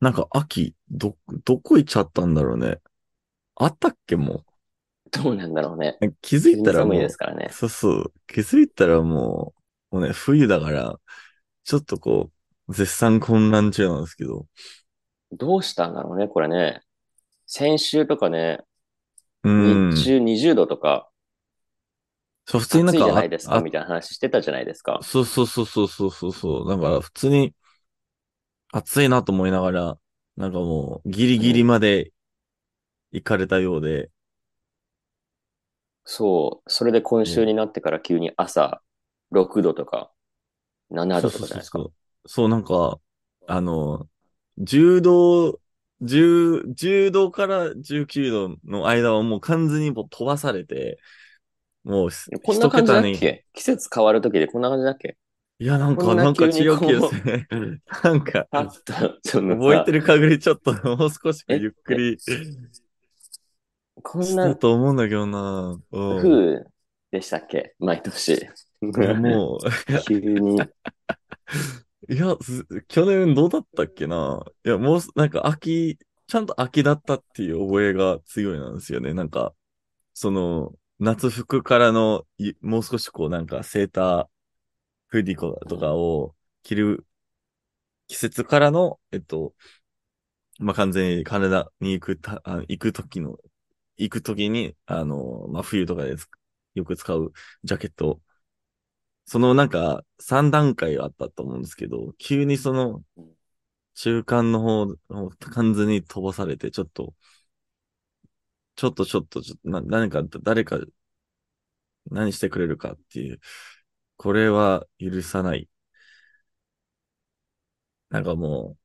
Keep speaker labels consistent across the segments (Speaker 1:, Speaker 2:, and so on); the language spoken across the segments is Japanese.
Speaker 1: なんか秋、ど、どこ行っちゃったんだろうね。あったっけも
Speaker 2: どうなんだろうね。
Speaker 1: う。気づいたらも
Speaker 2: 寒
Speaker 1: う
Speaker 2: いですからね。
Speaker 1: そうそう。気づいたらもう、もうね、冬だから、ちょっとこう、絶賛混乱中なんですけど。
Speaker 2: どうしたんだろうね、これね。先週とかね、
Speaker 1: うん。
Speaker 2: 日中20度とか、
Speaker 1: そう、普通
Speaker 2: 暑
Speaker 1: に
Speaker 2: い
Speaker 1: なんか、
Speaker 2: じゃないです
Speaker 1: あ
Speaker 2: か、みたいな話してたじゃないですか。
Speaker 1: そうそうそうそうそうそうそう。だから普通に暑いなと思いながら、なんかもうギリギリまで行かれたようで、
Speaker 2: そう。それで今週になってから急に朝6度とか7
Speaker 1: そ
Speaker 2: 度
Speaker 1: う
Speaker 2: と
Speaker 1: そ
Speaker 2: か
Speaker 1: うそう
Speaker 2: じゃないですか
Speaker 1: そ。う。そうなんか、あの、10度、10、10度から19度の間はもう完全にもう飛ばされて、もうひ
Speaker 2: こんな感じだっ
Speaker 1: 一桁に、
Speaker 2: け季節変わるときでこんな感じだっけ
Speaker 1: いやなん
Speaker 2: こ
Speaker 1: か、
Speaker 2: んな
Speaker 1: なんか
Speaker 2: 急
Speaker 1: 違
Speaker 2: に
Speaker 1: う
Speaker 2: こう
Speaker 1: 気がする。 なんか、
Speaker 2: あった、その
Speaker 1: 覚えて
Speaker 2: る。
Speaker 1: る限りちょっともう少し
Speaker 2: え
Speaker 1: ゆっくり。
Speaker 2: こん
Speaker 1: し
Speaker 2: な
Speaker 1: たと思うんだけどな。うん。
Speaker 2: 風でしたっけ毎年。
Speaker 1: いやも
Speaker 2: 急に。
Speaker 1: う、いや、す去年どうだったっけな。いや、もうす、なんか秋、ちゃんと秋だったっていう覚えが強いなんですよね。なんか、その、夏服からの、いもう少しこう、なんかセーター、フーディコとかを着る季節からの、えっと、まあ、完全に体に行くた、あ行く時の、行く時に、あの、まあ、冬とかでつよく使うジャケット。そのなんか3段階あったと思うんですけど、急にその
Speaker 2: うん
Speaker 1: 中間の方を完全に飛ばされて、ちょっと、ちょっとちょっと、ちょっとな何か、誰か、何してくれるかっていう、これは許さない。なんかもう、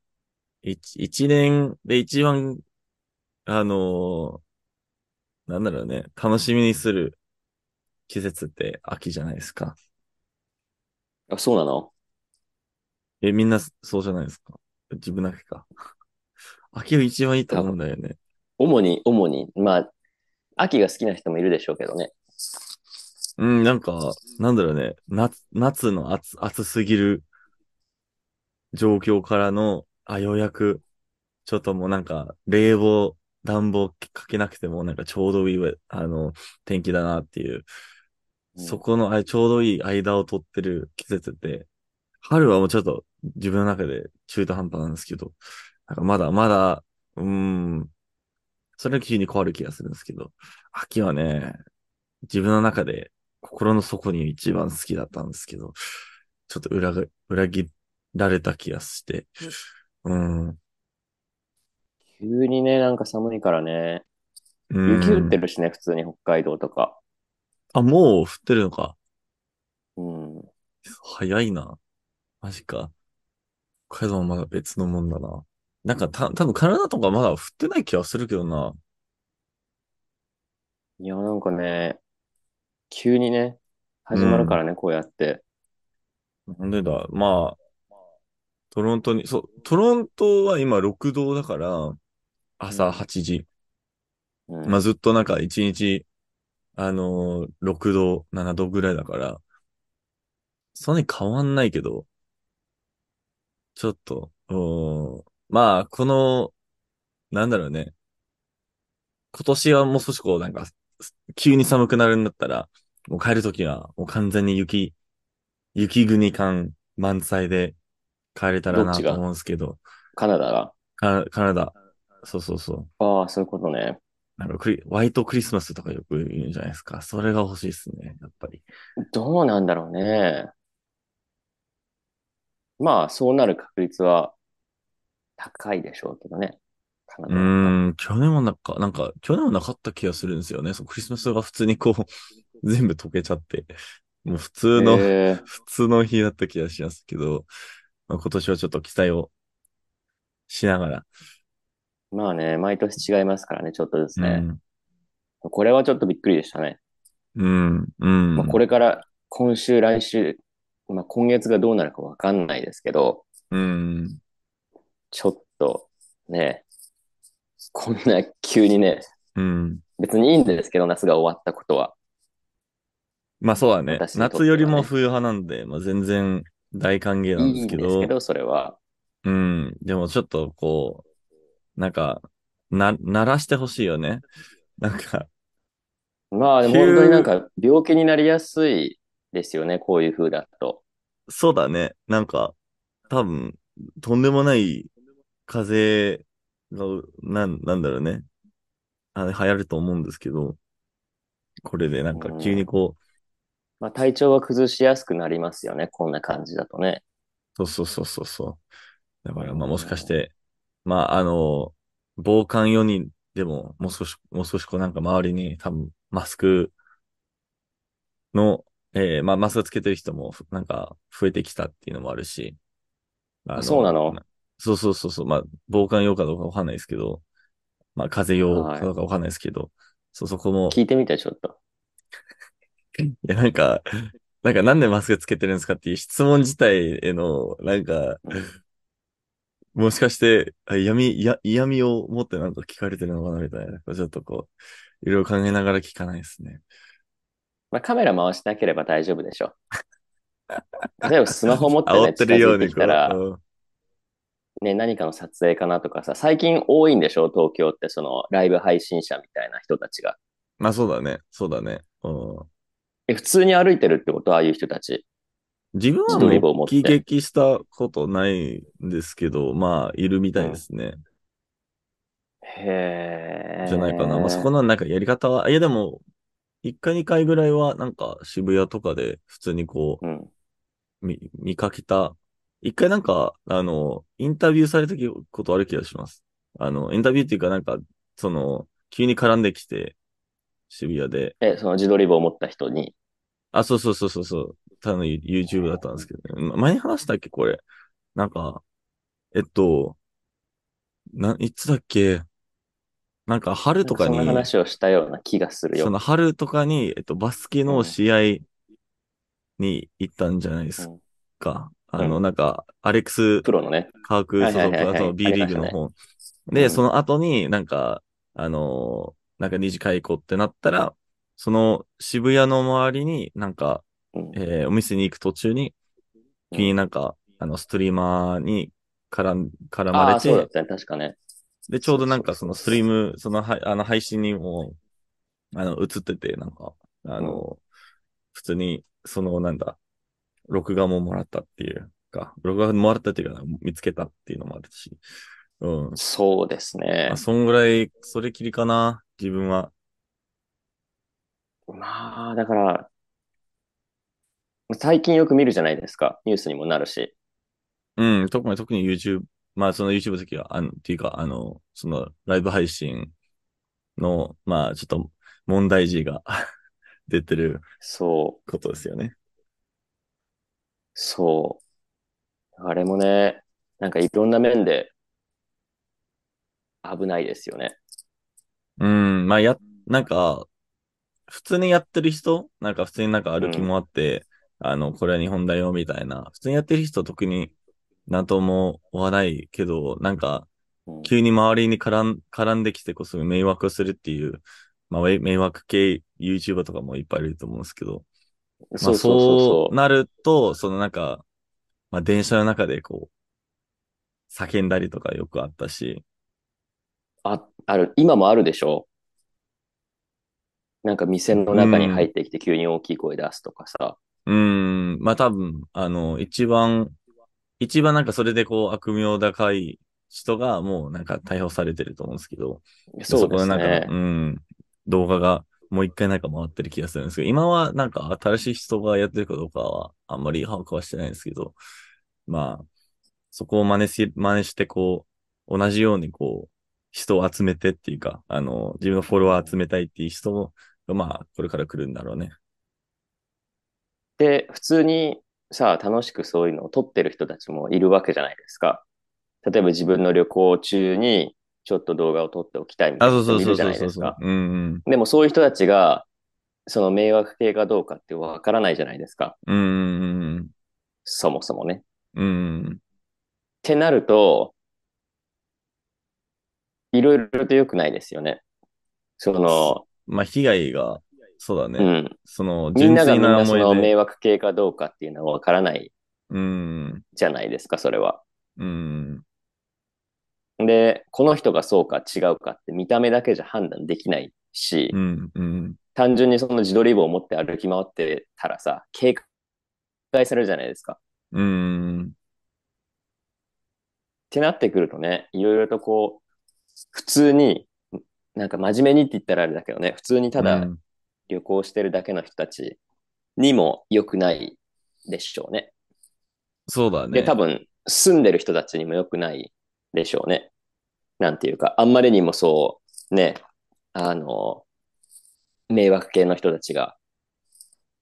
Speaker 1: 一一年で一番、あのーなんだろうね、楽しみにする季節って秋じゃないですか。
Speaker 2: あ、そうなの
Speaker 1: え、みんなそうじゃないですか。自分だけか。 秋が一番いいと思うんだよね。
Speaker 2: 主に、主に。まあ、秋が好きな人もいるでしょうけどね。
Speaker 1: うん、なんか、なんだろうね。夏、夏の暑、暑すぎる状況からの、あ、ようやく、ちょっともうなんか、冷房、暖房かけなくても、なんかちょうどいいわ、あの、天気だなっていう。
Speaker 2: うん
Speaker 1: そこの、あちょうどいい間を取ってる季節って、春はもうちょっと自分の中で中途半端なんですけど、なんかまだまだ、うーん、それが急に変わる気がするんですけど、秋はね、自分の中で心の底に一番好きだったんですけど、ちょっと裏が、裏切られた気がして、うん、
Speaker 2: 急にね、なんか寒いからね。
Speaker 1: うん。
Speaker 2: 雪降ってるしね、普通に北海道とか。
Speaker 1: あ、もう降ってるのか。
Speaker 2: うん。
Speaker 1: 早いな。マジか。北海道はまだ別のもんだな。なんかた、多分カナダとかまだ降ってない気はするけどな。
Speaker 2: いや、なんかね、急にね、始まるからね、こうやって。
Speaker 1: なんでだ。まあ、トロントに、そう、トロントは今6度だから、朝8時。
Speaker 2: うん
Speaker 1: まあずっとなんか1日、あのー、6度、7度ぐらいだから、そんなに変わんないけど、ちょっと、うーんまあ、この、なんだろうね。今年はもう少しこう、なんか、急に寒くなるんだったら、もう帰るときは、もう完全に雪、雪国感満載で帰れたら
Speaker 2: ど
Speaker 1: な
Speaker 2: っち
Speaker 1: と
Speaker 2: が
Speaker 1: 思うんですけど、
Speaker 2: カナダが。
Speaker 1: カカナダ、そうそうそう。
Speaker 2: ああ、そういうことね。
Speaker 1: なんかクリ、ホワイトクリスマスとかよく言うじゃないですか。それが欲しいですね、やっぱり。
Speaker 2: どうなんだろうね。まあ、そうなる確率は高いでしょうけどね。カナ
Speaker 1: う
Speaker 2: ダは
Speaker 1: ーん、去年もなんか、なんか、去年もなかった気がするんですよね。そう、クリスマスが普通にこう、 全部溶けちゃって、もう普通の、
Speaker 2: えー
Speaker 1: 普通の日だった気がしますけど、まあ、今年はちょっと期待をしながら。
Speaker 2: まあね、毎年違いますからね、ちょっとずつね。
Speaker 1: う
Speaker 2: これはちょっとびっくりでしたね。
Speaker 1: ん、うん、
Speaker 2: まあ、こ
Speaker 1: れ、
Speaker 2: れから今週、来週、まあ、今月がどうなるかわかんないですけど、
Speaker 1: うん、
Speaker 2: ちょっとね、こんな急にね、
Speaker 1: うん。
Speaker 2: 別にいいんですけど、夏が終わったことは。
Speaker 1: まあそうだね。
Speaker 2: 私にとっては
Speaker 1: 夏
Speaker 2: ね
Speaker 1: よりも冬派なんで、まあ全然大歓迎なんで
Speaker 2: いい
Speaker 1: す
Speaker 2: ん
Speaker 1: け
Speaker 2: です
Speaker 1: ど
Speaker 2: け、ど、それは。
Speaker 1: うん。でもちょっとこう、なんか、な、鳴らしてほしいよね。なんか、
Speaker 2: まあ、でも
Speaker 1: 急
Speaker 2: 本当になんか病気になりやすいですよね、こういう風だと。
Speaker 1: そうだね。なんか、多分、とんでもない風邪が、なん、なんだろうね。あれ流行ると思うんですけど、これでなんか急にこう、
Speaker 2: まあ、体調は崩しやすくなりますよね、こんな感じだとね。
Speaker 1: そうそうそうそうそう。だからまあもしかして、まああの、防寒4人でも、もう少し、もう少しこうなんか周りに多分マスクの、えー、まあマスクつけてる人もなんか増えてきたっていうのもあるし。あ
Speaker 2: そうなの
Speaker 1: そうそうそうそう。まあ、防寒用かどうかわかんないですけど、まあ、風邪用
Speaker 2: はい
Speaker 1: かどうかわかんないですけど、そう、そこも、
Speaker 2: 聞いてみて、ちょっと。
Speaker 1: いや、なんか、なんかなんでマスクつけてるんですかっていう質問自体への、なんか、もしかして、あ嫌味、や嫌味を持ってなんか聞かれてるのかなみたいな、ちょっとこう、いろいろ考えながら聞かないですね。
Speaker 2: まあ、カメラ回しなければ大丈夫でしょ。例えばスマホ持って
Speaker 1: 煽
Speaker 2: ね、
Speaker 1: ってるように
Speaker 2: 近づいてき
Speaker 1: こう
Speaker 2: たら、
Speaker 1: うん
Speaker 2: ね、何かの撮影かなとかさ、最近多いんでしょ東京ってそのライブ配信者みたいな人たちが。
Speaker 1: まあそうだね、そうだね。うん
Speaker 2: え、普通に歩いてるってことああいう人たち。
Speaker 1: 自分は
Speaker 2: 自撮り棒持
Speaker 1: もう
Speaker 2: って
Speaker 1: 喜劇したことないんですけど、まあ、いるみたいですね。
Speaker 2: へえ。
Speaker 1: じゃないかな。まあ、そこのなんかやり方は、いやでも、1回2回ぐらいはなんか渋谷とかで普通にこ
Speaker 2: うん。
Speaker 1: う、見、見かけた。1回なんか、あの、インタビューされたことある気がします。あの、インタビューっていうかなんか、その、急に絡んできて、渋谷で。
Speaker 2: え、その自撮り棒を持った人に。
Speaker 1: あ、そうそうそうそうそう。ただの YouTube だったんですけど、ね、前に話したっけこれ。なんか、えっと、な、いつだっけなんか春とかに、
Speaker 2: なんそんな話をしたような気がする
Speaker 1: そ
Speaker 2: よ。
Speaker 1: の春とかに、えっと、バスケの試合に行ったんじゃないです
Speaker 2: うん
Speaker 1: か。
Speaker 2: ん
Speaker 1: あの、
Speaker 2: うん
Speaker 1: なんか、アレックス・
Speaker 2: プロのね。
Speaker 1: カーク所
Speaker 2: はい
Speaker 1: 属、
Speaker 2: はいはいは
Speaker 1: あ
Speaker 2: い
Speaker 1: との B リーグの
Speaker 2: ありま
Speaker 1: 方。
Speaker 2: う
Speaker 1: で、
Speaker 2: ん
Speaker 1: その後になんか、あのーなんか二次会行こうってなったら、その渋谷の周りになんか、
Speaker 2: うん
Speaker 1: えーお店に行く途中に、
Speaker 2: うん
Speaker 1: 急になんか、あの、ストリーマーに絡ん絡
Speaker 2: あ
Speaker 1: ま
Speaker 2: あ、
Speaker 1: れ
Speaker 2: そうだ
Speaker 1: て
Speaker 2: っ、たね。確かね。
Speaker 1: で、ちょうどなんか
Speaker 2: そ
Speaker 1: そう
Speaker 2: そうそう
Speaker 1: のストリーム、そのはいあの配信にも、あの、映ってて、なんか、あの、普通に、その、なんだ、録画ももらったっていうか、録画もらったっていうか、見つけたっていうのもあるし、うん。
Speaker 2: そうですね
Speaker 1: あ、。そんぐらい、それきりかな、自分は。
Speaker 2: まあ、だから、最近よく見るじゃないですか。ニュースにもなるし。
Speaker 1: うん、特に、特に YouTube、まあ、その YouTube の時は、あの、っていうか、あの、その、ライブ配信の、まあ、ちょっと、問題児が 出てる
Speaker 2: そう、
Speaker 1: ことですよね。
Speaker 2: そう。あれもね、なんかいろんな面で危ないですよね。
Speaker 1: うん、まあ、や、なんか、普通にやってる人なんか普通になんか歩きもあって、あの、これは日本だよ、みたいな。普通にやってる人特になんとも思わないけど、なんか、
Speaker 2: うん
Speaker 1: 急に周りに絡ん絡んできてこそ迷惑をするっていう、まあ、迷迷惑系 YouTuber とかもいっぱいいると思うんですけど、ま
Speaker 2: そ
Speaker 1: あ、
Speaker 2: うそう
Speaker 1: そ
Speaker 2: そうう
Speaker 1: なると、そのなんか、まあ、電車の中でこう、叫んだりとかよくあったし、
Speaker 2: あ、ある、今もあるでしょなんか店の中に入ってきて急に大きい声出すとかさ。
Speaker 1: うーん、まあ多分、あの、一番、一番なんかそれでこう悪名高い人がもうなんか逮捕されてると思うんですけど、
Speaker 2: そう
Speaker 1: こ
Speaker 2: で
Speaker 1: の
Speaker 2: す
Speaker 1: なん
Speaker 2: ね
Speaker 1: か、う。ん、動画がもう一回なんか回ってる気がするんですけど、今はなんか新しい人がやってるかどうかはあんまり把握はしてないんですけど、まあ、そこを真似し、真似してこう、同じようにこう、人を集めてっていうか、あの、自分のフォロワー集めたいっていう人も、まあ、これから来るんだろうね。
Speaker 2: で、普通にさ、楽しくそういうのを撮ってる人たちもいるわけじゃないですか。例えば自分の旅行中にちょっと動画を撮っておきたいみた
Speaker 1: あ、
Speaker 2: い
Speaker 1: そ
Speaker 2: な
Speaker 1: うそう
Speaker 2: 人もい
Speaker 1: そ
Speaker 2: る
Speaker 1: うそう
Speaker 2: じゃない
Speaker 1: そう
Speaker 2: です
Speaker 1: そう
Speaker 2: か。。
Speaker 1: うんうん。
Speaker 2: でもそういう人たちが、その迷惑系かどうかってわからないじゃないですか。
Speaker 1: うんうんうん
Speaker 2: そもそもね。っ
Speaker 1: うん。うん。
Speaker 2: てなると、いろいろと良くないですよね。その、
Speaker 1: まあ、被害が、そうだね。
Speaker 2: うん。
Speaker 1: その、
Speaker 2: み
Speaker 1: 純
Speaker 2: んなが
Speaker 1: 粋
Speaker 2: みん
Speaker 1: な
Speaker 2: なそ
Speaker 1: 思
Speaker 2: の
Speaker 1: いで。
Speaker 2: 迷惑系かどうかっていうのはわからない
Speaker 1: うん。
Speaker 2: じゃないですか、それは。
Speaker 1: うん。
Speaker 2: で、この人がそうか違うかって見た目だけじゃ判断できないし、
Speaker 1: うん、うん。
Speaker 2: 単純にその自撮り棒を持って歩き回ってたらさ、警戒されるじゃないですか。っ
Speaker 1: うん。
Speaker 2: てなってくるとね、いろいろとこう、普通に、なんか真面目にって言ったらあれだけどね、普通にた
Speaker 1: う
Speaker 2: だ
Speaker 1: ん
Speaker 2: 旅行してるだけの人たちにも良くないでしょうね。
Speaker 1: そうだね。
Speaker 2: で、多分、住んでる人たちにも良くないでしょうね。なんていうか、あんまりにもそう、ね、あの、迷惑系の人たちが、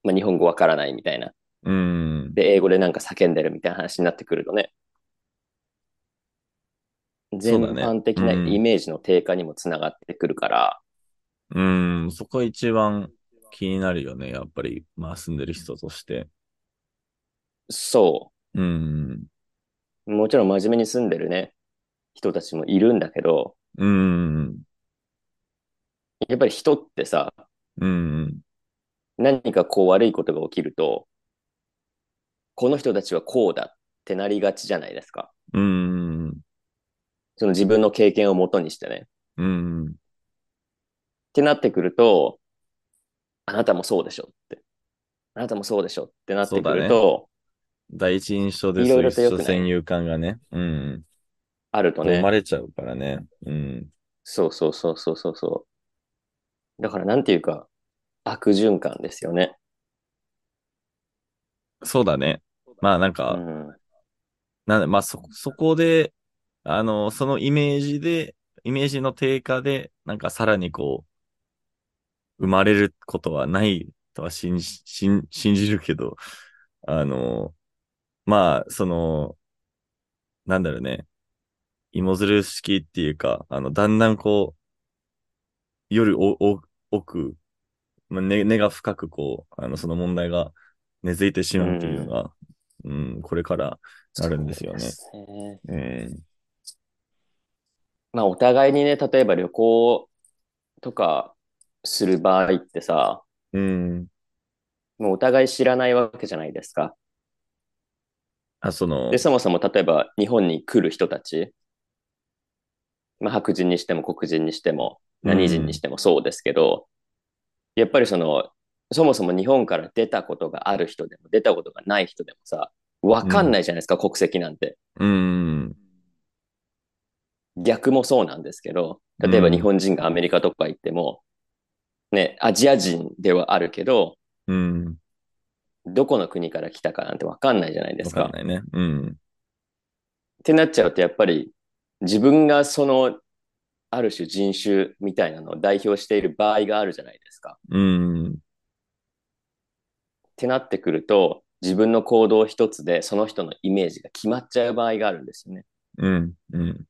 Speaker 2: まあ、日本語わからないみたいな。
Speaker 1: うん。
Speaker 2: で、英語でなんか叫んでるみたいな話になってくるとね。
Speaker 1: そ
Speaker 2: 全
Speaker 1: うだね
Speaker 2: 般的な
Speaker 1: うん
Speaker 2: イメージの低下にもつながってくるから、
Speaker 1: うん。そこが一番気になるよね。やっぱり、まあ、住んでる人として。
Speaker 2: そ
Speaker 1: うん。
Speaker 2: う。もちろん真面目に住んでるね、人たちもいるんだけど、
Speaker 1: うん。
Speaker 2: やっぱり人ってさ、
Speaker 1: うん。
Speaker 2: 何かこう悪いことが起きると、この人たちはこうだってなりがちじゃないですか。
Speaker 1: うん。
Speaker 2: その自分の経験をもとにしてね。っ
Speaker 1: うん。
Speaker 2: てなってくると、あなたもそうでしょって。あなたもそうでしょってなってくると、
Speaker 1: 第一印象で
Speaker 2: い
Speaker 1: そう
Speaker 2: ろい
Speaker 1: いう
Speaker 2: ろと良くない
Speaker 1: 先入観がね。うん。
Speaker 2: あると
Speaker 1: 生
Speaker 2: ね
Speaker 1: ま。れちゃうからね。うん。
Speaker 2: そうそうそうそうそうそう。だからなんていうか、悪循環ですよね。
Speaker 1: そうだね。まあ、なん
Speaker 2: う
Speaker 1: か、
Speaker 2: ん。
Speaker 1: なんで、まあ、そ、そこで、あの、そのイメージで、イメージの低下で、なんかさらにこう、生まれることはないとは信じ、信信じるけど、あの、まあ、その、なんだろうね、芋づる式っていうか、あの、だんだんこう、よりお、お、奥、まあ、根、根が深くこう、あの、その問題が根付いてしまうというのが、うん、これから、なるんですよね
Speaker 2: そうですね
Speaker 1: うん
Speaker 2: まあお互いにね、例えば旅行とかする場合ってさ、
Speaker 1: うん。
Speaker 2: もうお互い知らないわけじゃないですか。
Speaker 1: あ、その
Speaker 2: で、、そもそも例えば日本に来る人たち、まあ、白人にしても黒人にしても何人にしてもそうですけど、やっぱりその、そもそも日本から出たことがある人でも出たことがない人でもさ、わかんないじゃないですか、国籍なんて。
Speaker 1: うん。
Speaker 2: 逆もそうなんですけど、例えば
Speaker 1: うん
Speaker 2: 日本人がアメリカとか行っても、ね、アジア人ではあるけど、
Speaker 1: うん。
Speaker 2: どこの国から来たかなんてわかんないじゃないで
Speaker 1: わ
Speaker 2: す
Speaker 1: かん
Speaker 2: か。
Speaker 1: ないね。うん。
Speaker 2: ってなっちゃうとやっぱり自分がそのある種人種みたいなのを代表している場合があるじゃないですか。
Speaker 1: うん。
Speaker 2: ってなってくると自分の行動一つでその人のイメージが決まっちゃう場合があるんですよね。
Speaker 1: うん。うん。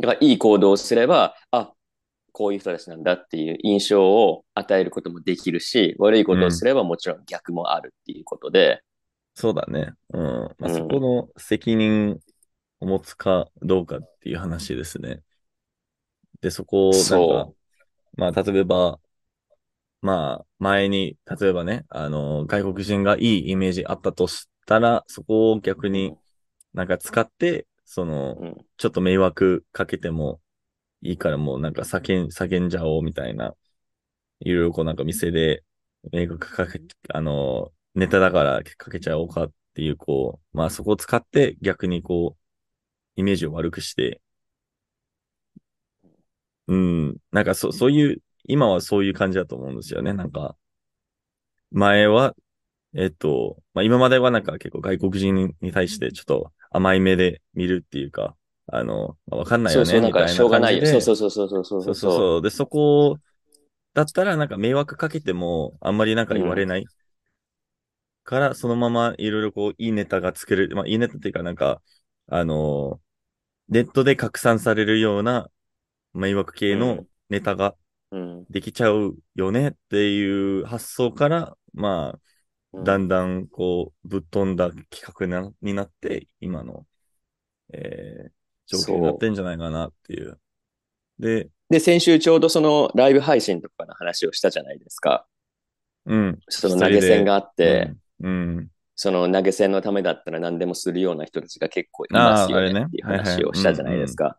Speaker 2: だからいい行動をすればあこういう人たちなんだっていう印象を与えることもできるし悪いことをすればもちろん逆もあるっていうことで、
Speaker 1: そうだね。うん。まあ、
Speaker 2: うん
Speaker 1: そこの責任を持つかどうかっていう話ですね。で、そこを、なんか
Speaker 2: そ、
Speaker 1: まあ、例えば、まあ、前に、例えばね、あの、外国人がいいイメージあったとしたら、そこを逆になんか使って、その、
Speaker 2: うん
Speaker 1: ちょっと迷惑かけてもいいからもうなんか叫ん、叫んじゃおうみたいな、いろいろこうなんか店で迷惑かけ、あの、ネタだからかけちゃおうかっていう、こう、まあそこを使って逆にこう、イメージを悪くして、うん、なんかそ、そういう、今はそういう感じだと思うんですよね。なんか、前は、えっと、まあ、今まではなんか結構外国人に対してちょっと甘い目で見るっていうか、あの、まあわかんない
Speaker 2: そ
Speaker 1: よ
Speaker 2: う
Speaker 1: ね、
Speaker 2: そうなん
Speaker 1: みたいな
Speaker 2: かしょうが
Speaker 1: 感
Speaker 2: な
Speaker 1: じ
Speaker 2: いよ。
Speaker 1: で。
Speaker 2: そうそうそうそうそうそう
Speaker 1: そうそうそう。で、そこだったらなんか迷惑かけてもあんまりなんか言われない。から、そのままいろいろこう、いいネタが作れる。まあ、いいネタっていうかなんか、あのーネットで拡散されるような迷惑系
Speaker 2: う
Speaker 1: の
Speaker 2: ん
Speaker 1: ネタが
Speaker 2: うん
Speaker 1: できちゃうよねっていう発想から、まあ、
Speaker 2: うん
Speaker 1: だんだんこう、ぶっ飛んだ企画なになって、今の、えー、状況になってんじゃないかなっていう。で、
Speaker 2: で、先週ちょうどそのライブ配信とかの話をしたじゃないですか。
Speaker 1: うん。
Speaker 2: その投げ銭があって、
Speaker 1: うん。うん。
Speaker 2: その投げ銭のためだったら何でもするような人たちが結構いますよ
Speaker 1: あーあれね
Speaker 2: ねっていう話をしたじゃないですか。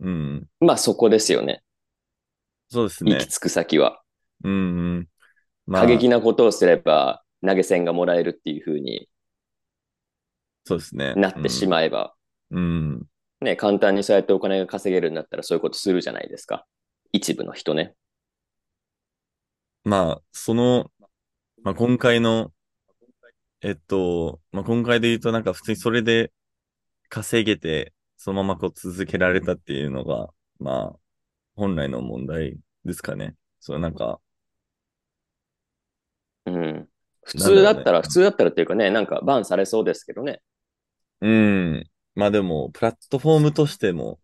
Speaker 1: うん。
Speaker 2: まあそこですよね。
Speaker 1: そうです
Speaker 2: 行
Speaker 1: ね
Speaker 2: き。着く先は。
Speaker 1: うんうん。まあ
Speaker 2: 過、激なことをすれば投げ銭がもらえるっていう風に
Speaker 1: そうですね。
Speaker 2: なってし
Speaker 1: ま
Speaker 2: まえば、
Speaker 1: うん。うん。
Speaker 2: ね、簡単にそうやってお金が稼げるんだったらそういうことするじゃないですか。一部の人ね。
Speaker 1: まあ、その、まあ今回の、えっと、まあ今回で言うとなんか普通にそれで稼げて、そのままこう続けられたっていうのが、まあ、本来の問題ですかね。そう、なんか、
Speaker 2: うん。普通だ
Speaker 1: な
Speaker 2: った
Speaker 1: んだろう
Speaker 2: ら、
Speaker 1: ね
Speaker 2: 普通だったらっていうかね、なんかバンされそうですけどね。
Speaker 1: うん。まあでも、プラットフォームとしても、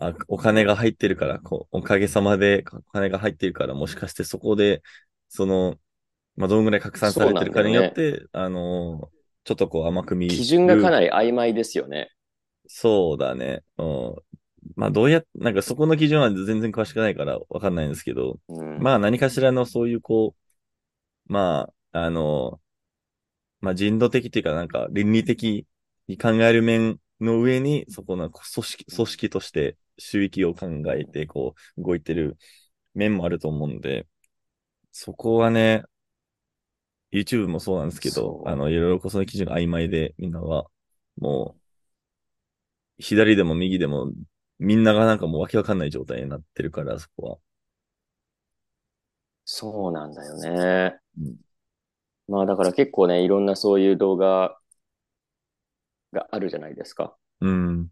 Speaker 1: あ、お金が入ってるから、こう、おかげさまでお金が入ってるから、もしかしてそこで、その、まあ、どんぐらい拡散されてるかによって、あの、ちょっとこう甘く見
Speaker 2: 基準がか
Speaker 1: り。
Speaker 2: なり曖昧ですよね。
Speaker 1: そうだね。うん。まあ、どうやっ、なんかそこの基準は全然詳しくないからわかんないんですけど、
Speaker 2: うん。
Speaker 1: まあ何かしらのそういうこう、まあ、あの、まあ人道的というかなんか倫理的に考える面の上に、そこの組織、組織として収益を考えてこう動いてる面もあると思うんで、そこはね、YouTube もそうなんですけど
Speaker 2: そ、う
Speaker 1: あの、いろいろこその基準が曖昧で、みんなは、もう、左でも右でも、みんながなんかもうわけわかんない状態になってるから、そこは。
Speaker 2: そうなんだよね。
Speaker 1: うん
Speaker 2: まあだから結構ね、いろんなそういう動画があるじゃないですか。
Speaker 1: うん。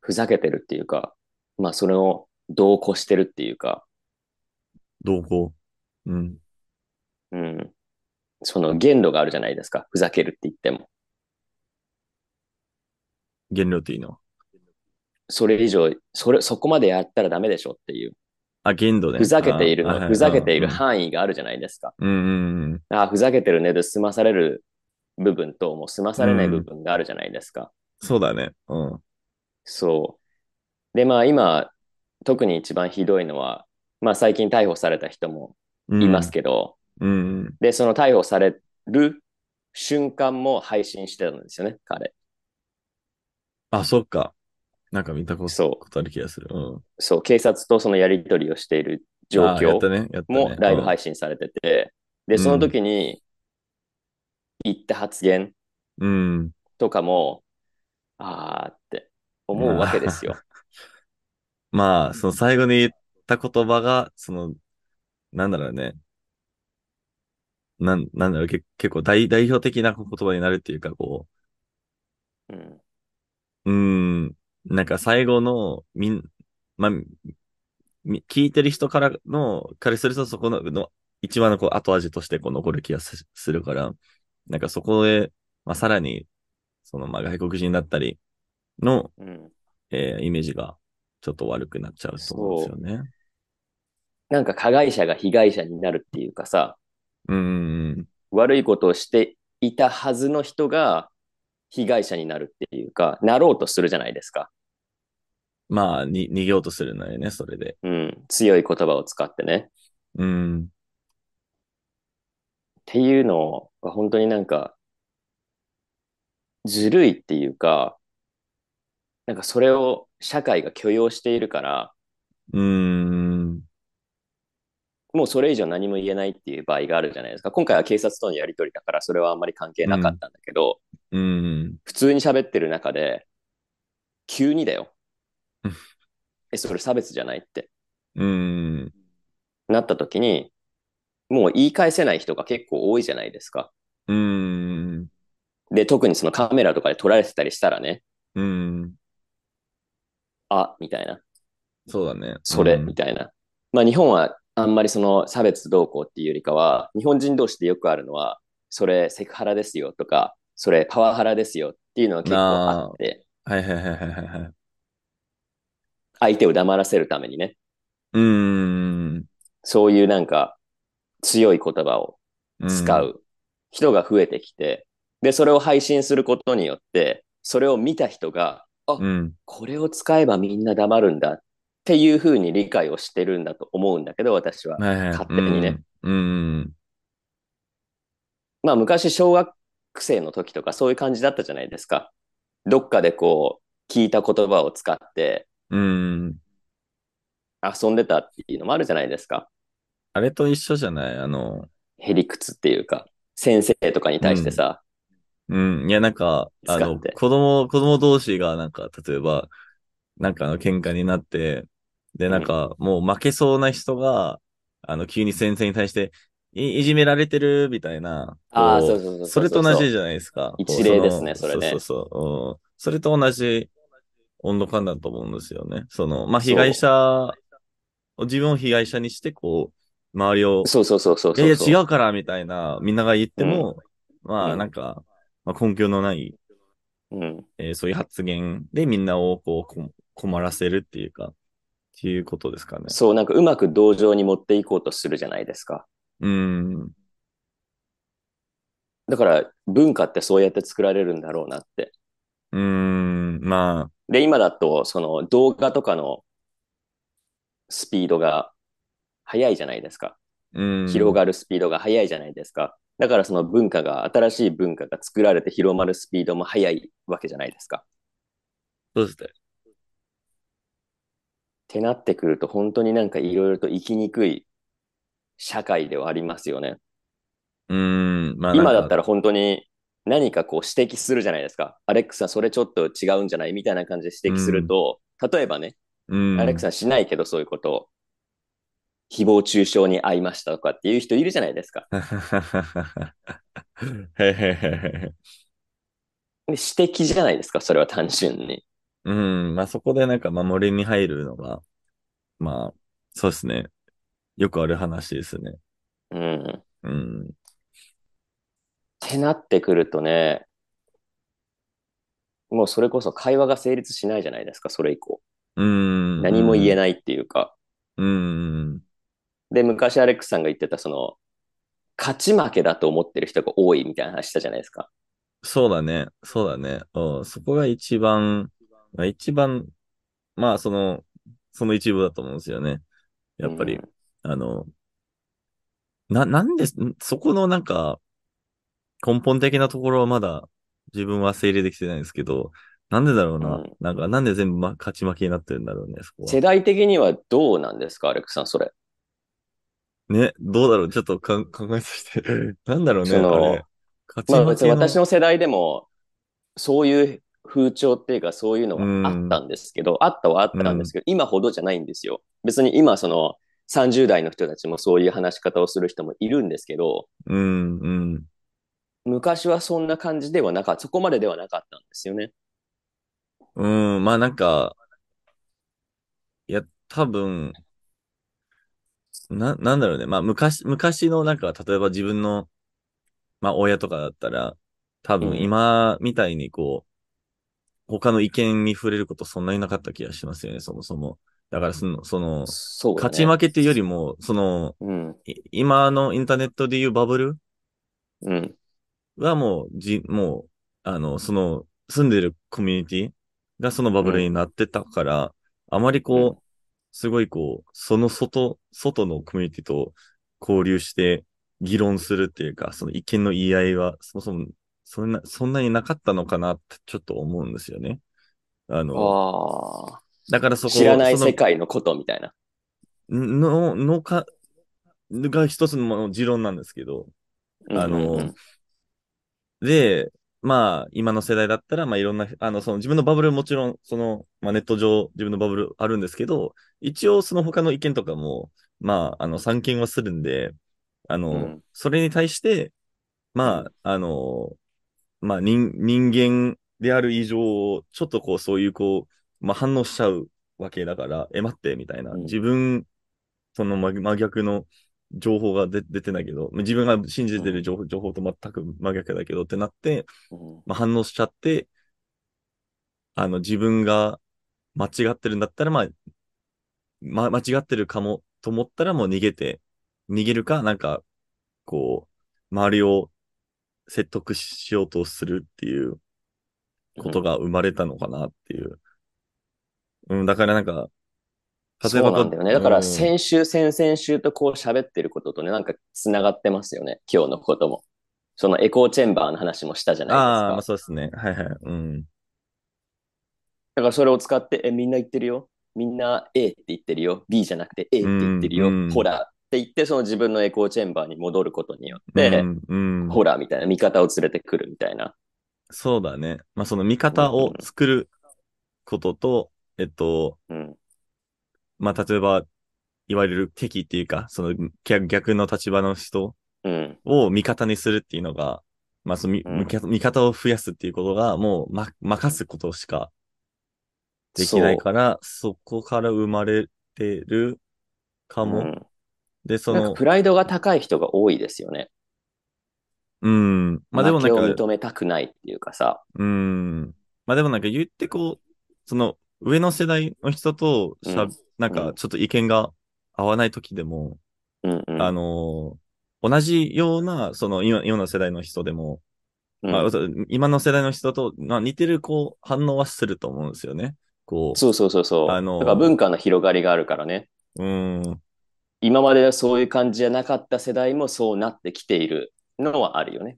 Speaker 2: ふざけてるっていうか、まあそれを度を越してるっていうか、
Speaker 1: 同行。うん。
Speaker 2: うん。その限度があるじゃないですか。ふざけるって言っても。
Speaker 1: 減量っていいの。
Speaker 2: それ以上、それ、そこまでやったらダメでしょっていう。
Speaker 1: あ、限度ね。
Speaker 2: ふざけている
Speaker 1: あはい
Speaker 2: の、
Speaker 1: はい
Speaker 2: ふざけている
Speaker 1: うん
Speaker 2: 範囲があるじゃないですか。
Speaker 1: うんうんうん。
Speaker 2: ああ、ふざけてるねで済まされる部分と、もう済まされない部分があるじゃないですか。
Speaker 1: そうだね。うん。
Speaker 2: そう。で、まあ今、特に一番ひどいのは、まあ最近逮捕された人も
Speaker 1: うん
Speaker 2: います。けど、
Speaker 1: うんうん。
Speaker 2: で、その逮捕される瞬間も配信してたんですよね、彼。
Speaker 1: あ、そっか。なんか見たこと
Speaker 2: そう
Speaker 1: ことある気がする。うん。
Speaker 2: そう、警察とそのやり取りをしている状
Speaker 1: あやった
Speaker 2: 況
Speaker 1: ね。やったね。
Speaker 2: もライブ
Speaker 1: 入
Speaker 2: 配信されてて、で、その時に言った発言
Speaker 1: うん。
Speaker 2: とかも、あーって思うわけで すよ。
Speaker 1: まあ、その最後に言った言葉が、その、なんだろうね。なん、なんだろう、け結構代代表的な言葉になるっていうか、こ
Speaker 2: うん
Speaker 1: う、うん、なんか最後の、みん、まあ、み聞いてる人からの、彼するとそこの、の一番のこう後味としてこう残る気がすするから、なんかそこで、まあ、さらに、その、まあ、外国人だったりの、
Speaker 2: うん
Speaker 1: えーイメージがちょっと悪くなっちゃうと思うんですよね。
Speaker 2: なんか加害者が被害者になるっていうかさ、
Speaker 1: うーん。
Speaker 2: 悪いことをしていたはずの人が被害者になるっていうか、なろうとするじゃないですか。
Speaker 1: まあ、に、逃げようとするんだよね、それで。
Speaker 2: うん。強い言葉を使ってね。
Speaker 1: うん。
Speaker 2: っていうのが本当になんか、ずるいっていうか、なんかそれを社会が許容しているから、
Speaker 1: うーん。
Speaker 2: もうそれ以上何も言えないっていう場合があるじゃないですか。今回は警察とのやりとりだから、それはあんまり関係なかったんだけど、
Speaker 1: うん。
Speaker 2: 普通に喋ってる中で、急にだよ
Speaker 1: うん。
Speaker 2: え、それ差別じゃないって
Speaker 1: うん。
Speaker 2: なった時に、もう言い返せない人が結構多いじゃないですか。
Speaker 1: うん。
Speaker 2: で、特にそのカメラとかで撮られてたりしたらね、
Speaker 1: うん。
Speaker 2: あ、みたいな、
Speaker 1: そうだね。
Speaker 2: それ、
Speaker 1: うん
Speaker 2: みたいな。まあ日本はあんまりその差別動向っていうよりかは、日本人同士でよくあるのは、それセクハラですよとか、それパワハラですよっていうのは結構あって、
Speaker 1: はいはいはいはいはいはい。
Speaker 2: 相手を黙らせるためにね、
Speaker 1: うーん。
Speaker 2: そういうなんか強い言葉を
Speaker 1: うん
Speaker 2: 使。う人が増えてきて、で、それを配信することによって、それを見た人が、あ、
Speaker 1: うん。
Speaker 2: これを使えばみんな黙るんだっていうふうに理解をしてるんだと思うんだけど、私は。
Speaker 1: はいはい。
Speaker 2: 勝手にね
Speaker 1: うん。うん。
Speaker 2: まあ、昔、小学学生の時とかそういう感じだったじゃないですか。どっかでこう、聞いた言葉を使って
Speaker 1: うん。
Speaker 2: 遊んでたっていうのもあるじゃないですか。
Speaker 1: あれと一緒じゃないあの、
Speaker 2: へりくつっていうか、先生とかに対してさ、
Speaker 1: うん。いや、なんか、あ
Speaker 2: 使
Speaker 1: の、
Speaker 2: って
Speaker 1: 子供、子供同士が、なんか、例えば、なんか、あの、喧嘩になって、で、なんか、もう負けそうな人が、あの、急に先生に対して、いいじめられてる、みたいな。
Speaker 2: ああ、
Speaker 1: こ
Speaker 2: そうそうそうそう。
Speaker 1: それと同じじゃないですか。
Speaker 2: 一例ですね
Speaker 1: こう
Speaker 2: それね
Speaker 1: そうそうそう、うんそれと同じ温度感だと思うんですよね。その、まあ、
Speaker 2: そう
Speaker 1: 被害者、自分を被害者にして、こう、周りを、
Speaker 2: そうそうそうそう
Speaker 1: い
Speaker 2: そう。
Speaker 1: やいや違うから、みたいな、みんなが言っても、ま
Speaker 2: う
Speaker 1: あ、
Speaker 2: ん
Speaker 1: なんか、まあ、根拠のない、
Speaker 2: うん。
Speaker 1: えーそういう発言でみんなをこうこ困らせるっていうか、っていうことですかね。
Speaker 2: そう、なんかうまく同情に持っていこうとするじゃないですか。
Speaker 1: うん。
Speaker 2: だから文化ってそうやって作られるんだろうなって。
Speaker 1: うん。まあ、
Speaker 2: で、今だと、その動画とかのスピードが速いじゃないですか。
Speaker 1: うん。
Speaker 2: 広がるスピードが速いじゃないですか。だからその文化が、新しい文化が作られて広まるスピードも速いわけじゃないですか。っ
Speaker 1: そうですね。
Speaker 2: てなってくると、本当になんかいろいろと生きにくい社会ではありますよね。
Speaker 1: うん。まあ、
Speaker 2: 今だった
Speaker 1: ら。
Speaker 2: ら本当に何かこう指摘するじゃないですか。アレックさん、それちょっと違うんじゃないみたいな感じで指摘すると、例えばね、
Speaker 1: うん。
Speaker 2: アレックさんしないけどそういうことを、誹謗中傷に遭いましたとかっていう人いるじゃないですか。
Speaker 1: ははははへへへへへ。
Speaker 2: で指摘じゃないですか、それは単純に。
Speaker 1: うん。まあそこでなんか守りに入るのが、まあ、そうですね。よくある話ですね。
Speaker 2: うん。っ
Speaker 1: うん。
Speaker 2: てなってくるとね、もうそれこそ会話が成立しないじゃないですか、それ以降。
Speaker 1: うん。
Speaker 2: 何も言え
Speaker 1: ない。
Speaker 2: ないっていうか。
Speaker 1: うん。
Speaker 2: で、昔アレックさんが言ってた、その、勝ち負けだと思ってる人が多いみたいな話したじゃないですか。
Speaker 1: そうだね。そうだね。うん。そこが一番、まあ一番、まあその、その一部だと思うんですよね。やっぱり、
Speaker 2: うん
Speaker 1: あの、な、なんで、んそこのなんか、根本的なところはまだ自分は整理できてないんですけど、なんでだろうな。
Speaker 2: うん
Speaker 1: なんか、なんで全部、ま、勝ち負けになってるんだろうね、そこ
Speaker 2: 世
Speaker 1: は。
Speaker 2: 代的にはどうなんですか、アレックさん、それ。
Speaker 1: ね、どうだろうちょっとかん考えさせて。 なんだろうね、
Speaker 2: その
Speaker 1: あれ。勝ち
Speaker 2: まあ
Speaker 1: 負
Speaker 2: 別
Speaker 1: け
Speaker 2: に
Speaker 1: の。
Speaker 2: 私の世代でも、そういう風潮っていうか、そういうのはあったんですけど、あったはあったんですけど、今ほどじゃないんですよ。別に今、その30代の人たちもそういう話し方をする人もいるんですけど、
Speaker 1: うん、うん。
Speaker 2: 昔はそんな感じではなかった、そこまでではなかったんですよね。
Speaker 1: うん、まあなんか、いや、多分、な、なんだろうね。まあ昔、昔のなんか、例えば自分の、まあ親とかだったら、多
Speaker 2: う
Speaker 1: 分
Speaker 2: ん
Speaker 1: 今みたいにこう、他の意見に触れることそんなになかった気がしますよね、そもそも。だからその、その、
Speaker 2: そうだね。
Speaker 1: 勝ち負けっていうよりも、その、
Speaker 2: うん、
Speaker 1: い今のインターネットでいうバブル
Speaker 2: うん、
Speaker 1: はもう、じ、もう、あの、その、住んでるコミュニティがそのバブルになってたから、あまりこう、
Speaker 2: うん
Speaker 1: すごいこう、その外、外のコミュニティと交流して議論するっていうか、その意見の言い合いは、そもそも、そんな、そんなになかったのかなってちょっと思うんですよね。あの、
Speaker 2: ああ、
Speaker 1: だからそこ
Speaker 2: 知らない
Speaker 1: その
Speaker 2: 世界のことみたいな。
Speaker 1: の、のか、が一つの持論なんですけど、あの
Speaker 2: うんうんうん
Speaker 1: で、まあ、今の世代だったら、まあ、いろんな、あの、その自分のバブルもちろん、その、まあ、ネット上、自分のバブルあるんですけど、一応、その他の意見とかも、まあ、あの、参見はするんで、あの、
Speaker 2: うん
Speaker 1: それに対して、まあ、あの、まあ、人、人間である以上、ちょっとこう、そういう、こう、まあ、反応しちゃうわけだから、え、待って、みたいな。
Speaker 2: うん
Speaker 1: 自分、その真真逆の情報が出出てないけど、自分が信じてる情報,、情報と全く真逆だけどってなって、
Speaker 2: うん
Speaker 1: まあ、反応しちゃって、あの、自分が間違ってるんだったら、まあ、ま、間違ってるかもと思ったらもう逃げて、逃げるか、なんか、こう、周りを説得しようとするっていうことが生まれたのかなっていう。うん、だからなんか、
Speaker 2: そうなんだよね。だか
Speaker 1: う
Speaker 2: ら
Speaker 1: ん
Speaker 2: 先週、先々週とこう喋ってることとね、なんか繋がってますよね。今日のことも。そのエコーチェンバーの話もしたじゃないです
Speaker 1: ああ、
Speaker 2: か。
Speaker 1: まあそうですね。はいはい。うん。
Speaker 2: だからそれを使って、え、みんな言ってるよ。みんな A って言ってるよ。B じゃなくて A って言ってるよ。
Speaker 1: うん
Speaker 2: ほらって言って、その自分のエコーチェンバーに戻ることによって、
Speaker 1: うん、うん。
Speaker 2: ほらみたいな、味方を連れてくるみたいな。
Speaker 1: そうだね。まあその見方を作ることと、えっと、
Speaker 2: うん。
Speaker 1: まあ例えば、いわゆる敵っていうか、その逆逆の立場の人
Speaker 2: うん。
Speaker 1: を味方にするっていうのが、まあそのみ
Speaker 2: うん
Speaker 1: 味方味方を増やすっていうことが、もう、ま、任すことしかできないから、そこから生まれてるか
Speaker 2: そう
Speaker 1: も。
Speaker 2: うん
Speaker 1: で、そ
Speaker 2: なん
Speaker 1: の
Speaker 2: か、プライドが高い人が多いですよね。
Speaker 1: うん。まあでもなん
Speaker 2: 負けを
Speaker 1: か、
Speaker 2: 認めたくないっていうかさ。
Speaker 1: うん。まあでもなんか言ってこう、その上の世代の人としゃ、
Speaker 2: うん
Speaker 1: なんかちょっと意見が合わない時でも、
Speaker 2: うんうん。
Speaker 1: あのー同じような、その今今の世代の人でも、
Speaker 2: うん
Speaker 1: まあ、今の世代の人と、まあ、似てるこう反応はすると思うんですよね。こ
Speaker 2: そうそうそうそう。
Speaker 1: あの
Speaker 2: だから文化の広がりがあるからね。
Speaker 1: う、うん。
Speaker 2: 今までそういう感じじゃなかった世代もそうなってきているのはあるよね。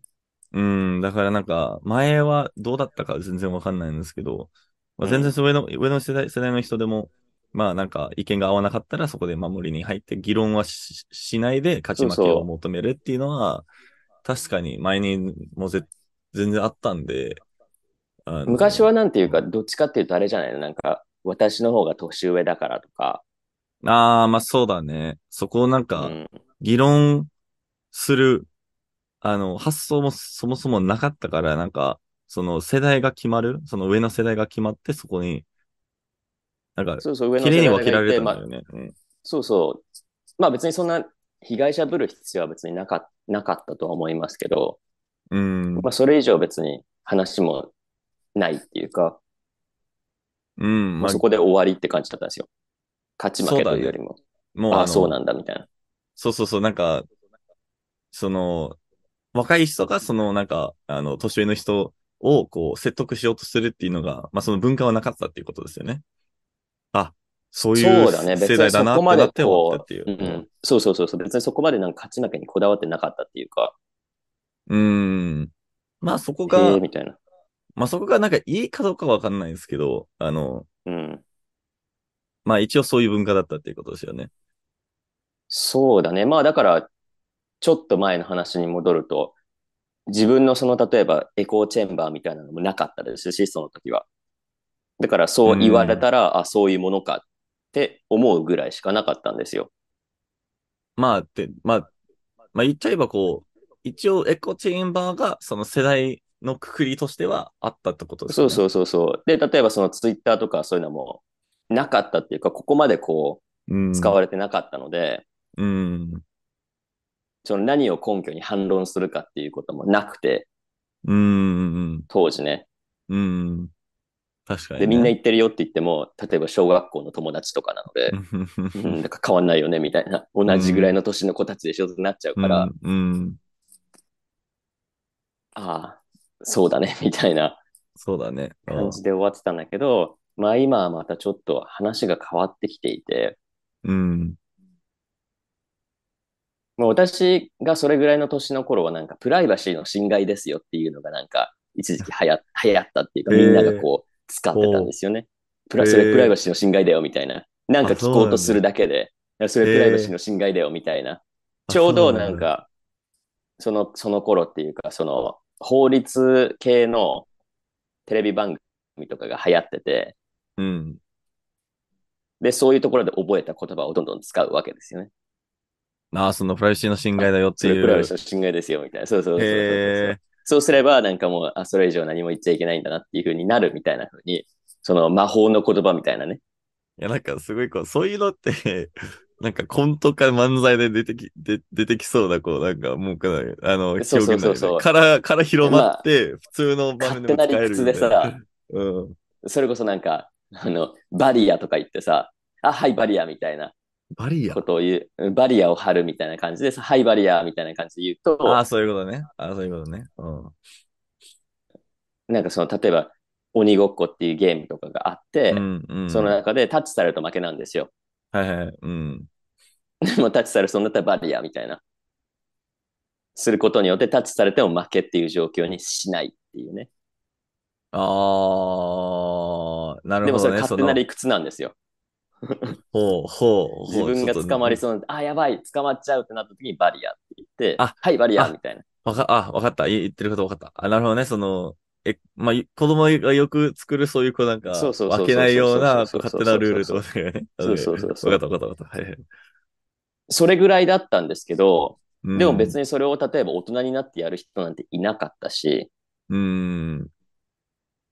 Speaker 1: うん、だからなんか、前はどうだったか全然わかんないんですけど、まあ、
Speaker 2: うん
Speaker 1: 全然上の、上の世代世代の人でも、まあなんか意見が合わなかったらそこで守りに入って議論はししないで勝ち負け
Speaker 2: そうそう
Speaker 1: を求めるっていうのは、確かに前にもぜ全然あったんで、あの
Speaker 2: 昔はなんていうか、どっちかっていうとあれじゃないのなんか、私の方が年上だからとか。
Speaker 1: ああ、まあそうだね。そこをなん
Speaker 2: う
Speaker 1: か、
Speaker 2: ん。
Speaker 1: 議論する、あの、発想もそもそもなかったから、なんか、その世代が決まる、その上の世代が決まって、そこに、なんか、
Speaker 2: そうそう、上の
Speaker 1: 綺麗
Speaker 2: 世代
Speaker 1: に
Speaker 2: が
Speaker 1: 分けら
Speaker 2: い
Speaker 1: れ
Speaker 2: て、
Speaker 1: たん
Speaker 2: ま
Speaker 1: だ
Speaker 2: あ
Speaker 1: よ、ね。うん
Speaker 2: そうそう。まあ別にそんな被害者ぶる必要は別になかなかったとは思いますけど、
Speaker 1: うん。
Speaker 2: まあそれ以上別に話もないっていうか、
Speaker 1: うん。
Speaker 2: ま
Speaker 1: ま
Speaker 2: あ
Speaker 1: あ
Speaker 2: そ、こで終わりって感じだったんですよ。勝ち負けというよりも。
Speaker 1: もう
Speaker 2: あ
Speaker 1: あ
Speaker 2: あ、そう
Speaker 1: の
Speaker 2: なんだみたいな。
Speaker 1: そうそうそう、なんか、その、若い人が、その、なんか、あの、年上の人を、こう、説得しようとするっていうのが、まあ、その文化はなかったっていうことですよね。あ、そういう
Speaker 2: そうだね。別
Speaker 1: 世
Speaker 2: に
Speaker 1: 代
Speaker 2: そ
Speaker 1: だなっ
Speaker 2: こ
Speaker 1: て
Speaker 2: ま
Speaker 1: な
Speaker 2: で
Speaker 1: って思
Speaker 2: こ
Speaker 1: ったっていう。
Speaker 2: う、うんうん、そうそうそうそう。別にそこまでなんか勝ち負けにこだわってなかったっていうか、
Speaker 1: うん。まあそこ
Speaker 2: へ
Speaker 1: が
Speaker 2: え、みたいな。
Speaker 1: まあそこがなんかいいかどうかわかんないんですけど、あの、
Speaker 2: うん。
Speaker 1: まあ一応そういう文化だったっていうことですよね。
Speaker 2: そうだね。まあだから、ちょっと前の話に戻ると、自分のその例えばエコーチェンバーみたいなのもなかったですし、その時は。だからそう言われたら、あ、そういうものかって思うぐらいしかなかったんですよ。
Speaker 1: まあって、まあ、まあ言っちゃえばこう、一応エコチェンバーがその世代のくくりとしてはあったってことです
Speaker 2: そ
Speaker 1: よ
Speaker 2: う
Speaker 1: ね。
Speaker 2: そううそうそう。で、例えばそのツイッターとかそういうのもなかったっていうか、ここまでこ
Speaker 1: そう
Speaker 2: う使われてなかったので、
Speaker 1: れうん。
Speaker 2: その何を根拠に反論するかっていうこともなくて、
Speaker 1: うん。
Speaker 2: 当時ね。
Speaker 1: うん。確かに、ね。
Speaker 2: で、みんな言ってるよって言っても、例えば小学校の友達とかなので、うん、だから変わんないよね、みたいな。同じぐらいの年の子たちでしょってなっちゃうから、あ
Speaker 1: うん。うん。
Speaker 2: あ、そうだね、み たいな
Speaker 1: そうだね。うん
Speaker 2: 感じで終わってたんだけど、まあ今はまたちょっと話が変わってきていて、
Speaker 1: うん。
Speaker 2: もう私がそれぐらいの年の頃はなんかプライバシーの侵害ですよっていうのがなんか一時期流行流行ったっていうか
Speaker 1: へー
Speaker 2: みんながこう使ってたんですよね。プラ
Speaker 1: へー
Speaker 2: それプライバシーの侵害だよみたいな。なんか聞こうとするだけで、いやそれプライバシーの侵害だよみたいな。ちょうどなんかそのその頃っていうかその法律系のテレビ番組とかが流行ってて、
Speaker 1: うん。
Speaker 2: で、そういうところで覚えた言葉をどんどん使うわけですよね。
Speaker 1: ああ、そのプライバシーの侵害だよって
Speaker 2: そ
Speaker 1: いう。
Speaker 2: れプライバシーの侵害ですよみたいな。そうそうそうそうそう
Speaker 1: へー
Speaker 2: そうすれば、なんかもう、あ、それ以上何も言っちゃいけないんだなっていう風になるみたいな風に、その魔法の言葉みたいなね。
Speaker 1: いや、なんかすごいこう、そういうのって、 なんかコントか漫才で出てき、で出てきそうな、こう、なんかもうかなり、あの、表現
Speaker 2: そうそ
Speaker 1: な
Speaker 2: うそう
Speaker 1: んだよ
Speaker 2: そう
Speaker 1: ねから、から広まって、普通の場面
Speaker 2: 勝
Speaker 1: で
Speaker 2: 手
Speaker 1: も
Speaker 2: な
Speaker 1: 使え
Speaker 2: 理
Speaker 1: る
Speaker 2: 屈
Speaker 1: みた
Speaker 2: で
Speaker 1: い
Speaker 2: さ、
Speaker 1: うん。
Speaker 2: それこそなんか、あの、バリアとか言ってさ、あ、はい、バリアみたいな
Speaker 1: バリア
Speaker 2: こ。とを言う、バリアを張るみたいな感じでさ、はい、バリアみたいな感じで言う
Speaker 1: ああ、
Speaker 2: と、
Speaker 1: そういうことね。ああ、そういうことね。うん。
Speaker 2: なんかその、例えば、鬼ごっこっていうゲームとかがあって、
Speaker 1: うん、うん。
Speaker 2: その中でタッチされると負けなんですよ。
Speaker 1: はいはい。うん。
Speaker 2: でもタッチされそうになったらバリアみたいな。することによってタッチされても負けっていう状況にしないっていうね。
Speaker 1: あー、な
Speaker 2: で
Speaker 1: る
Speaker 2: も
Speaker 1: ほ
Speaker 2: そ
Speaker 1: ど
Speaker 2: れ
Speaker 1: ね。
Speaker 2: 勝手な理屈なんですよ。
Speaker 1: ほう、ほう、
Speaker 2: 自
Speaker 1: ほう。
Speaker 2: 分が
Speaker 1: ちょっと
Speaker 2: 捕まりそうな、あ、やばい、捕まっちゃうってなった時にバリアって言って、
Speaker 1: あ
Speaker 2: はい、バリア
Speaker 1: あ
Speaker 2: みたいな。
Speaker 1: わか、あ、わかった。い言ってることわかった。あ、なるほどね。その、え、まあ、い子供がよく作るそういうこうなんか、
Speaker 2: そうそうそう
Speaker 1: 分けないような
Speaker 2: そうそうそ
Speaker 1: 勝
Speaker 2: う
Speaker 1: 手なルールってことだよね。
Speaker 2: そうそうそうそう
Speaker 1: わかったわかったわかった。はいはい。
Speaker 2: それぐらいだったんですけど、でも別
Speaker 1: に。
Speaker 2: にそれを例えば大人になってやる人なんていなかったし、
Speaker 1: うん。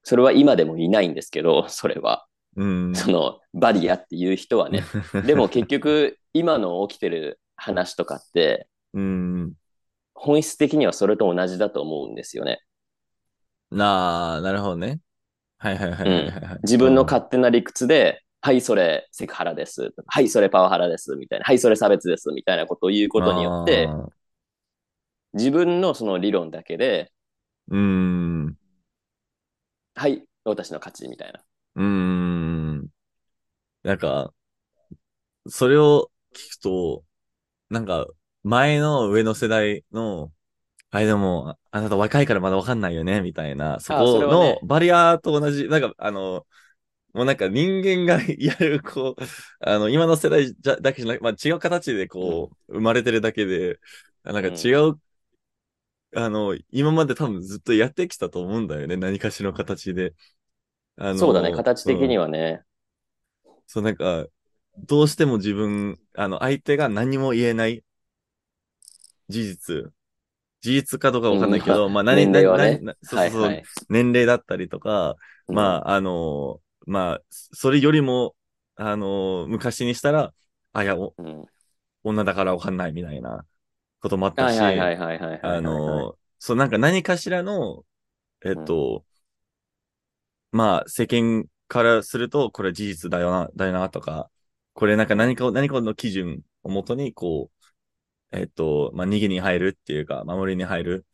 Speaker 2: それは今でもいないんですけど、それは。
Speaker 1: うん。
Speaker 2: そのバリアっていう人は ね。でも結局、今の起きてる話とかって、
Speaker 1: うん。
Speaker 2: 本質的にはそれと同じだと思うんですよね。
Speaker 1: なあ、なるほどね。はいはいはいはいはいはい。
Speaker 2: 自分の
Speaker 1: 勝
Speaker 2: 勝手な理屈で、はい、それセクハラです。はい、それパワハラです。みたいな。はい、それ差別です。みたいなことを言うことによって、、自分のその理論だけで、
Speaker 1: うん。
Speaker 2: はい、私の勝ちみたいな。
Speaker 1: うん。なんか、それを聞くと、なんか、前の上の世代の、あれでも、ああなた若いからまだわかんないよね、みたいな、そ
Speaker 2: そ
Speaker 1: こ
Speaker 2: れはね
Speaker 1: のバリアと同じ、なんか、あの、もうなんか人間がやる、こう、あの、今の世代じゃだけじゃなく、まあ違う形でこう、生まれてるだけで、あなんか違う、あの、今まで多分ずっとやってきたと思うんだよね、何かしらの形で。あの
Speaker 2: そうだね、形的
Speaker 1: うん
Speaker 2: にはね。
Speaker 1: そう、なんか、どうしても自分、あの、相手が何も言えない事実。事実かどうかわかんないけど、
Speaker 2: うん
Speaker 1: まあ、何、
Speaker 2: 年齢はね
Speaker 1: 何何そうそう
Speaker 2: はい
Speaker 1: そう、
Speaker 2: はい。
Speaker 1: 年齢だったりとか、ま
Speaker 2: あ、
Speaker 1: あ、あのーまあ、それよりも、あのー昔にしたら、あ、いや、お
Speaker 2: うん
Speaker 1: 女だからわかんないみたいなこともあった
Speaker 2: は
Speaker 1: し、
Speaker 2: いはいはいはいはいはいはい。
Speaker 1: あの、そう、なんか何かしらの、えっと、まあ、世間からすると、これ事実だよな、だよな、とか、これなんか何かを、何かの基準をもとに、こう、えっと、まあ、逃げに入るっていうか、守りに入る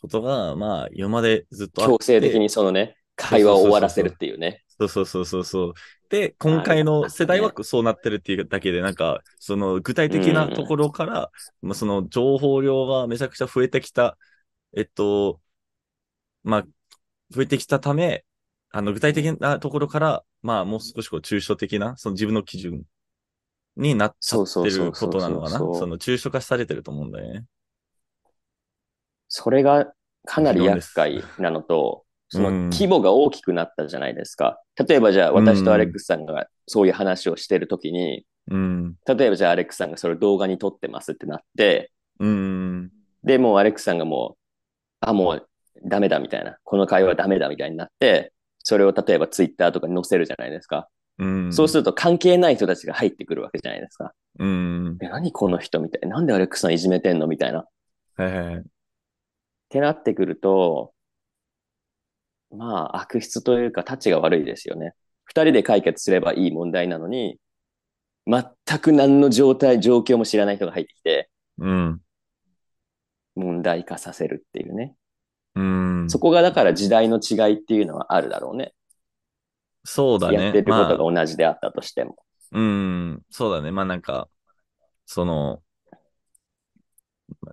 Speaker 1: ことが、まあ、今までずっとあって
Speaker 2: 強制的。にそのね、
Speaker 1: そうそうそうそう
Speaker 2: 会話を終わらせるっていうね。
Speaker 1: そうそうそうそうそう。で、今回の世代はそうなってるっていうだけで、なんか、その具体的なところから、まあ、その情報量がめちゃくちゃ増えてきた、えっと、まあ、増えてきたため、あの、具体的なところから、まあ、もう少しこう、抽象的な、その自分の基準になっちゃ
Speaker 2: そう
Speaker 1: っ
Speaker 2: そ
Speaker 1: て
Speaker 2: うそ
Speaker 1: る
Speaker 2: うそ
Speaker 1: こ
Speaker 2: う
Speaker 1: となのかな
Speaker 2: そうそう
Speaker 1: その、抽象化されてると思うんだよね。
Speaker 2: それがかなり
Speaker 1: 議論で
Speaker 2: 厄
Speaker 1: す
Speaker 2: 介なのと、その
Speaker 1: うん
Speaker 2: 規模が大きくなったじゃないですか。例えばじゃあ私とアレックスさんがそういう話をしてるときに、
Speaker 1: うん。
Speaker 2: 例えばじゃあアレックスさんがそれを動画に撮ってますってなって、
Speaker 1: うん。
Speaker 2: で、もうアレックスさんがもう、あ、もうダメだみたいな、この会話ダメだみたいになって、それを例えばツイッターとかに載せるじゃないですか。
Speaker 1: うん。
Speaker 2: そうすると関係ない人たちが入ってくるわけじゃないですか。
Speaker 1: うん。
Speaker 2: え、何この人みたいな。なんでアレックスさんいじめてんのみたいな。っ
Speaker 1: はいはい。
Speaker 2: てなってくると、まあ、悪質というか、タチが悪いですよね。二人で解決すればいい問題なのに、全く何の状態、状況も知らない人が入ってきて、
Speaker 1: うん。
Speaker 2: 問題化させるっていうね。
Speaker 1: うん。
Speaker 2: そこがだから時代の違いっていうのはあるだろうね。
Speaker 1: そうだね。
Speaker 2: やってるこ
Speaker 1: まあ
Speaker 2: とが同じであったとしても。
Speaker 1: うん、そうだね。まあなんか、その、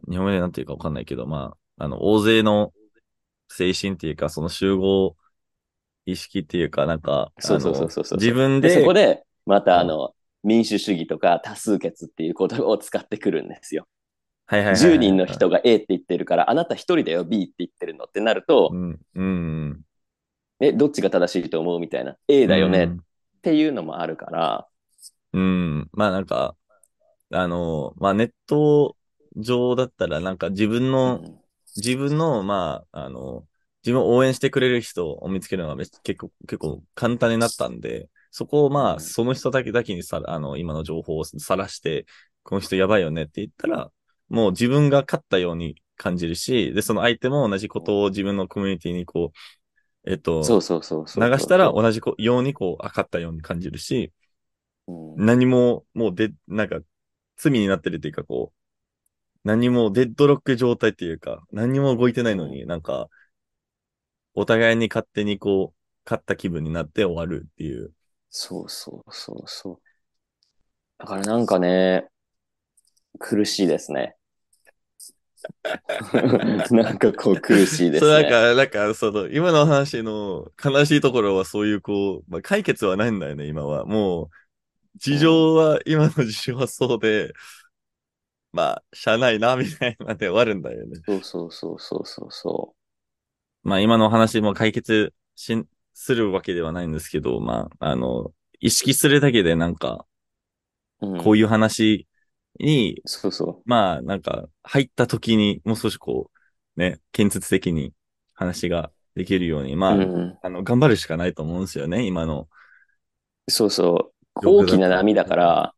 Speaker 1: 日本語でなんていうかわかんないけど、まあ、あの、大勢の精神っていうか、その集合意識っていうか、なんか、あ
Speaker 2: そうそう
Speaker 1: の
Speaker 2: そうそうそう
Speaker 1: 自分
Speaker 2: で、
Speaker 1: で、
Speaker 2: そこで、またあ
Speaker 1: うん
Speaker 2: の、民主主義とか多数決っていう言葉を使ってくるんですよ。
Speaker 1: はいはいはいはい
Speaker 2: 10人の人が A って言ってるから、あなた1人だよ B って言ってるのってなると
Speaker 1: う、ん、うん。
Speaker 2: え、どっちが正しいと思うみたいな、A だよ
Speaker 1: う
Speaker 2: ね
Speaker 1: ん
Speaker 2: っていうのもあるから、
Speaker 1: うん。まあなんか、あの、まあネット上だったら、なんか自分
Speaker 2: う
Speaker 1: の、
Speaker 2: ん
Speaker 1: 自分の、まあ、あの、自分を応援してくれる人を見つけるのがめ結構、結構簡単になったんで、そこをま
Speaker 2: うん
Speaker 1: あ、その人だけだけにさ、あの、今の情報をさらして、この人やばいよねって言ったら、もう自分が勝ったように感じるし、で、その相手も同じことを自分のコミュニティにこう、えっと、
Speaker 2: そうそうそうそう。
Speaker 1: 流したら同じこようにこう、あかったように感じるし、
Speaker 2: うん、
Speaker 1: 何も、もうで、なんか、罪になってるっていうか、こう、何もデッドロック状態っていうか、何も動いてないのに、なんか、お互いに勝手にこう、勝った気分になって終わるっていう。
Speaker 2: そうそうそうそう。だからなんかね、苦しいですね。 なんかこう苦しいです
Speaker 1: そう、なん
Speaker 2: ね。
Speaker 1: か、なんか、その、今の話の悲しいところはそういう、こう、まあ、解決はないんだよね、今は。もう、事情は、今の事情はそうで、まあ、しゃあないな、みたいなで終わるんだよね。
Speaker 2: そうそうそうそうそうそ
Speaker 1: まあ、今の話も解決し、するわけではないんですけど、まあ、あの、意識するだけで、なんか、
Speaker 2: う。うん
Speaker 1: こういう話に、
Speaker 2: そうそ
Speaker 1: まあ、なんか、入った時に、もう少しこう、ね、建設的に話ができるように、
Speaker 2: う。
Speaker 1: まあ、
Speaker 2: うん。
Speaker 1: あの、頑張るしかないと思うんですよね、今の。
Speaker 2: そうそう。大きな波だから、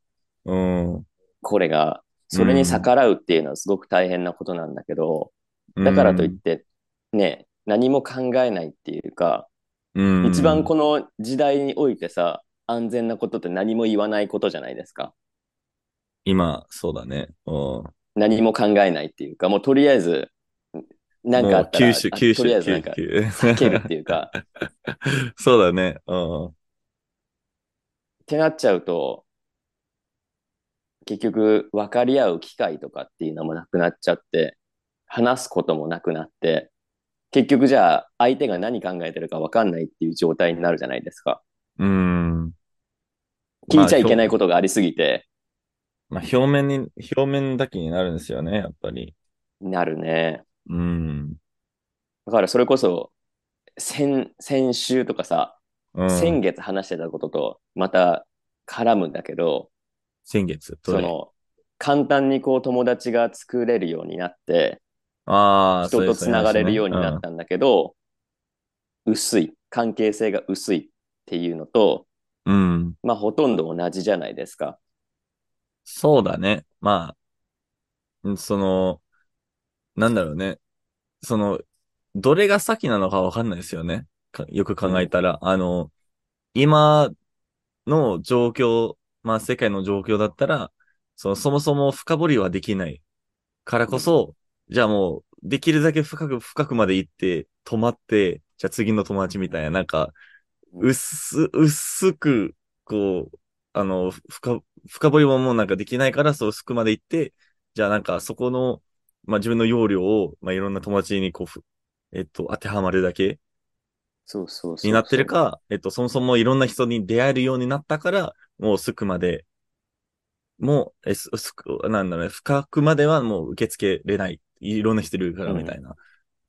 Speaker 1: うん。
Speaker 2: これが、それに逆らうっていうのはすごく大変なことなんだけど、だからといって、ね、何も考えないっていうか、
Speaker 1: うん、
Speaker 2: 一番この時代においてさ、安全なことって何も言わないことじゃないですか。
Speaker 1: 今、そうだね。うん。
Speaker 2: 何も考えないっていうか、もうとりあえず、なんか
Speaker 1: もう
Speaker 2: あったら、
Speaker 1: 九州、
Speaker 2: あ
Speaker 1: 九
Speaker 2: とりあえ
Speaker 1: 州、
Speaker 2: ずなんか
Speaker 1: 九、州。
Speaker 2: 避けるっていうか、っ
Speaker 1: そうだね。うん。
Speaker 2: てなっちゃうと、結局、分かり合う機会とかっていうのもなくなっちゃって、話すこともなくなって、結局じゃあ、相手が何考えてるか分かんないっていう状態になるじゃないですか。
Speaker 1: うん。
Speaker 2: 聞いちゃいけないいことがありすぎて、
Speaker 1: まあ、表まあ表面に、表面だけになるんですよね、やっぱり。
Speaker 2: なるね。
Speaker 1: うん。
Speaker 2: だからそれこそ、先、先週とかさ、
Speaker 1: うん、
Speaker 2: 先月話してたことと、また絡むんだけど、
Speaker 1: 先月。ど
Speaker 2: そ
Speaker 1: れ
Speaker 2: の、簡単にこう友達が作れるようになって、
Speaker 1: ああ、
Speaker 2: 人とつながれるようにな
Speaker 1: た
Speaker 2: ったんだけど、薄い、関係性が薄いっていうのと、
Speaker 1: うん。
Speaker 2: まあほとんど同じじゃないですか。
Speaker 1: そうだね。まあ、んその、なんだろうね。その、どれが先なのかわかんないですよね。かよく考えたら。あの、今の状況、まあ世界の状況だったら、そのそもそも深掘りはできないからこそ、じゃあもう、できるだけ深く深くまで行って、止まって、じゃあ次の友達みたいな、なんか、薄、薄く、こう、あの、深、深掘りももうなんかできないから、そう薄くまで行って、じゃあなんかそこの、まあ自分の要領を、まあいろんな友達にこうふ、えっと、当てはまるだけ
Speaker 2: そうそうそうそう。
Speaker 1: になってる。か、えっと、そもそもいろんな人に出会えるようになったから、もう薄くまで、もう、え、す薄く、なんだろうね、深くまではもう受け付けれない。いろんな人いるから、
Speaker 2: うん
Speaker 1: みたいな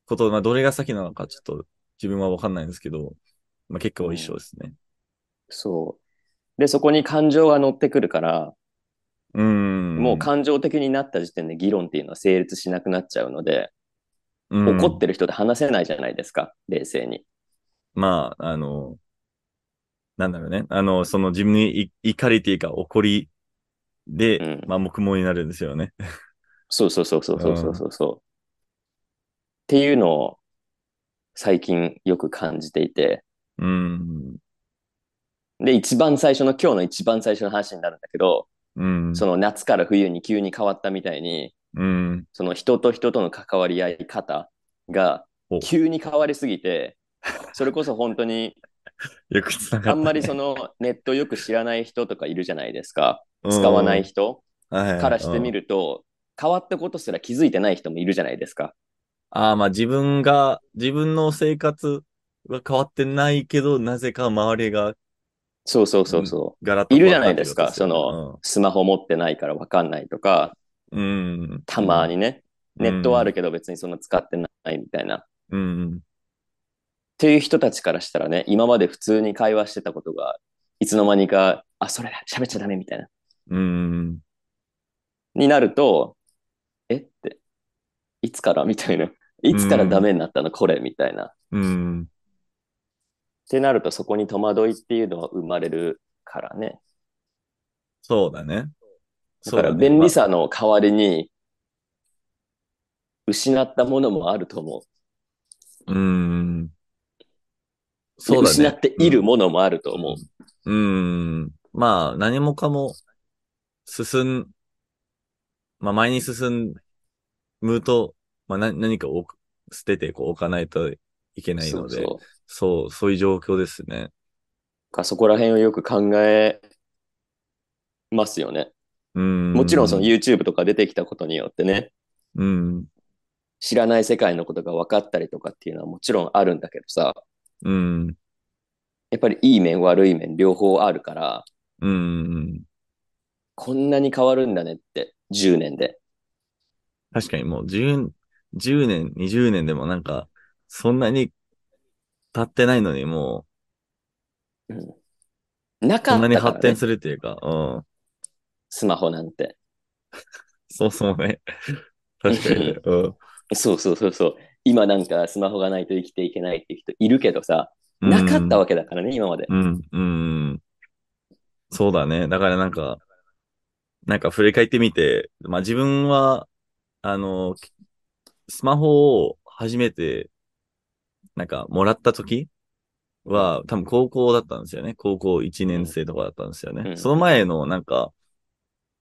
Speaker 1: こと、まあどれが先なのか、ちょっと自分はわかんないんですけど、まあ結果は一緒ですね。
Speaker 2: そう。で、そこに感情が乗ってくるから、
Speaker 1: うーん。
Speaker 2: もう感情的になった時点で議論っていうのは成立しなくなっちゃうので、
Speaker 1: うん、
Speaker 2: 怒ってる人と話せないじゃないですか、冷静に。
Speaker 1: まあ、あの、なんだろうね。あの、その自分にい怒りっていうか怒りで、
Speaker 2: うん
Speaker 1: まあ、黙々になるんですよね。
Speaker 2: そうそうそうそうそうそうそう。うっていうのを最近よく感じていて、
Speaker 1: うん。
Speaker 2: で、一番最初の、今日の一番最初の話になるんだけど、
Speaker 1: うん。
Speaker 2: その夏から冬に急に変わったみたいに、
Speaker 1: うん。
Speaker 2: その人と人との関わり合い方が
Speaker 1: お
Speaker 2: 急に変わりすぎて、それこそ本当に、
Speaker 1: よくつながった、
Speaker 2: あんまりそのネットよく知らない人とかいるじゃないですか。
Speaker 1: うん
Speaker 2: 使わない人
Speaker 1: か
Speaker 2: からしてみ
Speaker 1: る。
Speaker 2: ると、変わったことすら気づいてない人もいるじゃないですか。
Speaker 1: ああ、まあ自分が、自分の生活は変わってないけど、なぜか周りが
Speaker 2: そうそうそうそう。
Speaker 1: ガラッと
Speaker 2: いる
Speaker 1: 変
Speaker 2: じ
Speaker 1: わ
Speaker 2: ゃ
Speaker 1: っ
Speaker 2: な
Speaker 1: た
Speaker 2: い
Speaker 1: って
Speaker 2: で
Speaker 1: こ
Speaker 2: す
Speaker 1: と
Speaker 2: か
Speaker 1: ですよね。
Speaker 2: スマホ持ってないからわかんないとか、
Speaker 1: うん。うん。
Speaker 2: たま
Speaker 1: に。
Speaker 2: にね、ネットはあるけど別にそんな使ってないみたいな。
Speaker 1: うん。
Speaker 2: っていう人たちからしたらね、今まで普通に会話してたことが、いつの間にか、あ、それだ、喋っちゃダメみたいな。
Speaker 1: うん。
Speaker 2: になると、えって、いつからみたいな。いつからダメになったの、これみたいな。っ
Speaker 1: うん。
Speaker 2: てなると、そこに戸惑いっていうのは生まれるからね。
Speaker 1: そうだね。
Speaker 2: だから
Speaker 1: そうね
Speaker 2: 便利さの代わりに、失ったものもあると思う。
Speaker 1: うーん。そうだね。
Speaker 2: 失っているものもあると思う。
Speaker 1: うーん。まあ、何もかも、進ん、まあ、前に進むと、まあ、な、何かを置く捨てて、こう、置かないといけない
Speaker 2: そ
Speaker 1: の
Speaker 2: う
Speaker 1: で、
Speaker 2: そ
Speaker 1: そうう。そう、いう状況ですね。
Speaker 2: かそこら辺をよく考えますよね。
Speaker 1: うーん。
Speaker 2: もちろんその YouTube とか出てきたことによってね、
Speaker 1: うん。
Speaker 2: 知らない世界のことが分かったりとかっていうのはもちろんあるんだけどさ、
Speaker 1: うん。
Speaker 2: やっぱりいい面悪い面両方あるから、
Speaker 1: うん。
Speaker 2: こんなに変わるんだねって、10年で。
Speaker 1: 確かにもう10、10年、20年でもなんか、そんなに経ってないのにも
Speaker 2: な
Speaker 1: う、こ
Speaker 2: か
Speaker 1: ん
Speaker 2: っ
Speaker 1: なに
Speaker 2: たか
Speaker 1: 発
Speaker 2: ら、
Speaker 1: 展
Speaker 2: ね、
Speaker 1: するっていうか、うん。
Speaker 2: スマホなんて。
Speaker 1: そうそう ね。確かにね。うん
Speaker 2: そうそうそうそう。今なんかスマホがないと生きていけないっていう人いるけどさ、なかったわけだからね、今まで。
Speaker 1: うん、うん。そうだね。だからなんか、なんか振り返ってみて、まあ自分は、あの、きスマホを初めて、なんかもらった時は、多分高校だったんですよね。高校1年生とかだったんですよね。
Speaker 2: うん
Speaker 1: その前のなんか、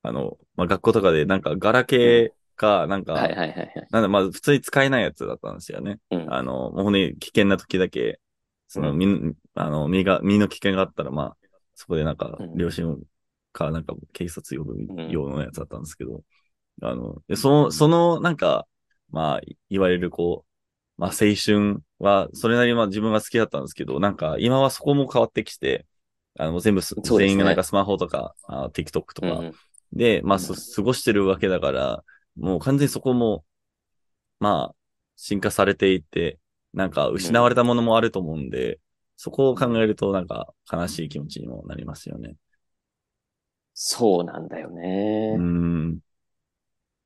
Speaker 1: あの、まあ学校とかでなんかガラケーか、なんか、
Speaker 2: はいはいはいはい。
Speaker 1: なんだ、まあ普通に使えないやつだったんですよね。
Speaker 2: うん
Speaker 1: あの、もうほんとに危険な時だけ、その、
Speaker 2: うん
Speaker 1: 身の、あの、身が、身の危険があったら、まあ、そこでなんか
Speaker 2: う、ん
Speaker 1: 両親か、なんか、警察呼ぶ
Speaker 2: ん
Speaker 1: 用のやつだったんですけど、あの、でその、その、なんか、まあ、いいわゆるこう、まあ、青春は、それなりにまあ自分が好きだったんですけど、なんか、今はそこも変わってきて、あの、全部す、
Speaker 2: そうですね
Speaker 1: 全員がなんかスマホとか、あ TikTok とか、
Speaker 2: うんうん
Speaker 1: で、まあ、
Speaker 2: うん
Speaker 1: そ過ごしてるわけだから、もう完全にそこも、まあ、進化されていて、なんか失われたものもあると思うんで、そこを考えるとなんか悲しい気持ちにもなりますよね。
Speaker 2: そうなんだよね。
Speaker 1: うん。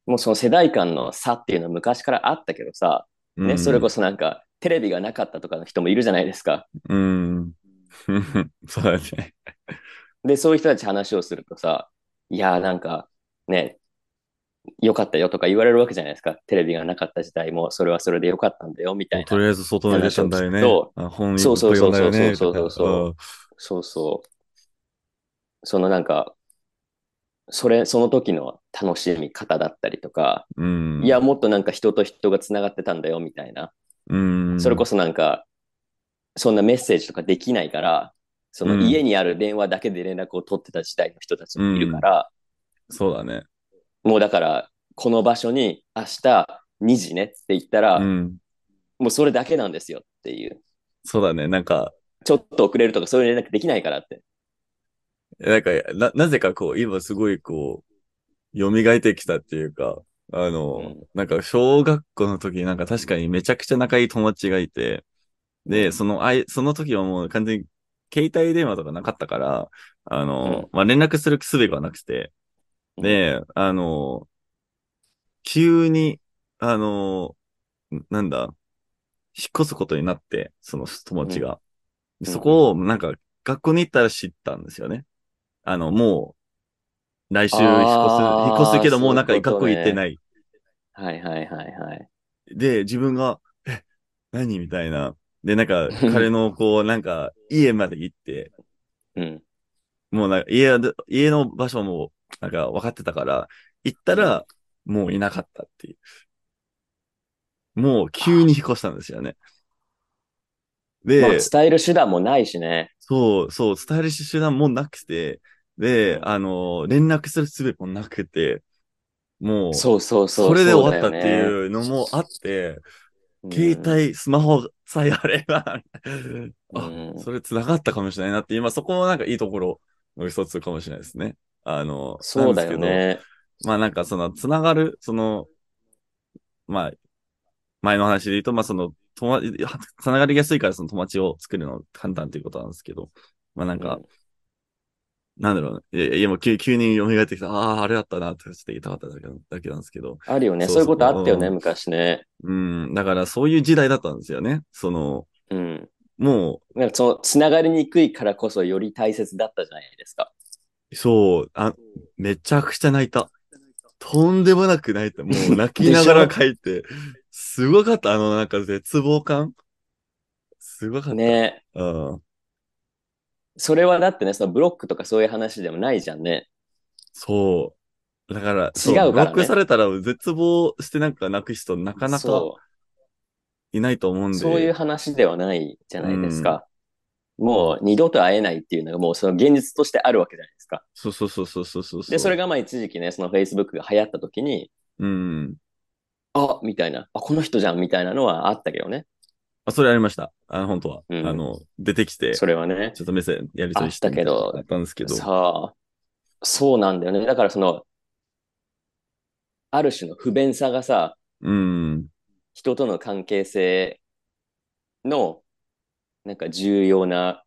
Speaker 2: もうその世代間の差っていうのは昔からあったけどさ、ね、それこ
Speaker 1: そ。
Speaker 2: そなんかテレビがなかったとかの人もいるじゃないですか。
Speaker 1: うん。 そうだね。
Speaker 2: で、そういう人たち話をするとさ、いやーなんかね、良かったよとか言われるわけじゃないですか。テレビがなかった時代もそれはそれで良かったんだよみたい
Speaker 1: と
Speaker 2: な。
Speaker 1: りあえず外に出たんだよね。。
Speaker 2: そう
Speaker 1: 本
Speaker 2: そうそうそうそうそうそう
Speaker 1: そ
Speaker 2: そうそうそう。そのなんか、それ、その時の楽しみ方だったりとか、
Speaker 1: う。うん。
Speaker 2: いや、、もっとなんか人と人がつながってたんだよみたいな。
Speaker 1: うん。
Speaker 2: それこ
Speaker 1: そ。
Speaker 2: そなんか、そんなメッセージとかできないから、その
Speaker 1: うん
Speaker 2: 家にある電話だけで連絡を取ってた時代の人たちもいるから、
Speaker 1: そうだね。
Speaker 2: もうだから、この場所に明日2時ねって言ったら、
Speaker 1: うん。
Speaker 2: もうそれだけなんですよっていう。
Speaker 1: そうだね。なんか、
Speaker 2: ちょっと遅れるとかそういう連絡できないからって。
Speaker 1: なんか、な、なぜかこう、今すごいこう、蘇ってきたっていうか、あの、
Speaker 2: うん
Speaker 1: なんか小学校の時なんか確かにめちゃくちゃ仲いい友達がいて、で、その、あい、その時はもう完全に携帯電話とかなかったから、あの、まあ、連絡する術がなくて、で、あの、急に、あの、なんだ、引っ越すことになって、その友達が。
Speaker 2: ん
Speaker 1: そこを、なんか、学校に行ったら知ったんですよね。あの、もう、来週引っ越す、
Speaker 2: あー
Speaker 1: 引っ越すけど、もうなんか
Speaker 2: そういうこ
Speaker 1: 学
Speaker 2: と
Speaker 1: 校
Speaker 2: ね
Speaker 1: 行ってない。
Speaker 2: はいはいはいはい。
Speaker 1: で、自分が、え、何みたいな。で、なんか、彼の、 こう、なんか、家まで行って、
Speaker 2: うん。
Speaker 1: もうなんか、家で、家の場所も、なんか、分かってたから、行ったら、もういなかったっていう。もう、急に引っ越したんですよね。で、
Speaker 2: まあ、伝える手段もないしね。
Speaker 1: そう、そう、伝える手段もなくて、で、
Speaker 2: うん
Speaker 1: あの、連絡する術もなくて、もう、
Speaker 2: そうそうそう。
Speaker 1: それで終わった
Speaker 2: そ
Speaker 1: っ
Speaker 2: だ
Speaker 1: て
Speaker 2: よね
Speaker 1: いうのもあって、
Speaker 2: うん
Speaker 1: 携帯、スマホさえあれば、あ、
Speaker 2: うん
Speaker 1: それ繋がったかもしれないなって、今そこもなんかいいところの一つかもしれないですね。あの、
Speaker 2: そうだよ
Speaker 1: なんです
Speaker 2: ね。
Speaker 1: けど。まあなんかその、繋がる、その、まあ、前の話で言うと、まあその、友達、繋がりやすいからその友達を作るの簡単ということなんですけど、まあなんか、なんだろうね。いや、いやもう急急に蘇ってきた。ああ、あれだったなってちょっと言いたかっただけだけなんですけど。
Speaker 2: あるよね。
Speaker 1: そう
Speaker 2: そういうことあったよ
Speaker 1: う
Speaker 2: ね、
Speaker 1: ん
Speaker 2: 昔ね。
Speaker 1: うん。だからそういう時代だったんですよね。その、
Speaker 2: うん。
Speaker 1: も
Speaker 2: なんかそのつながりにくいからこそより大切だったじゃないですか。
Speaker 1: う、そう、あ、めちゃくちゃ泣いた。とんでもなく泣い た。もう泣きながら書いて。すごかった。あの、なんか絶望感。すごかった。
Speaker 2: ね
Speaker 1: うん。
Speaker 2: それはだってね、そのブロックとかそういう話でもないじゃんね。
Speaker 1: そう。だから、そう
Speaker 2: 違うからね
Speaker 1: ブロックされたら絶望してなんか泣く人なかなか
Speaker 2: そ
Speaker 1: いないと思うん
Speaker 2: う
Speaker 1: で。
Speaker 2: そういう話ではないじゃないですか。もう二度と会えないっていうのがもうその現実としてあるわけじゃないですか。
Speaker 1: そうそうそうそうそうそう。
Speaker 2: で、それ
Speaker 1: が、
Speaker 2: がまあ一時期ね、その Facebook が流行った時に、
Speaker 1: うん。
Speaker 2: あみたいな、あ、この人じゃんみたいなのはあったけどね。
Speaker 1: あ、それありました。あの、本当は。
Speaker 2: うん
Speaker 1: あの、出てきて、ち
Speaker 2: そ
Speaker 1: ょ
Speaker 2: れはね。
Speaker 1: っと目線やりとりして
Speaker 2: あったけど
Speaker 1: あったんですけど。
Speaker 2: さあ、そうなんだよね。だからその、ある種の不便さがさ、
Speaker 1: うん。
Speaker 2: 人との関係性の、なんか重要な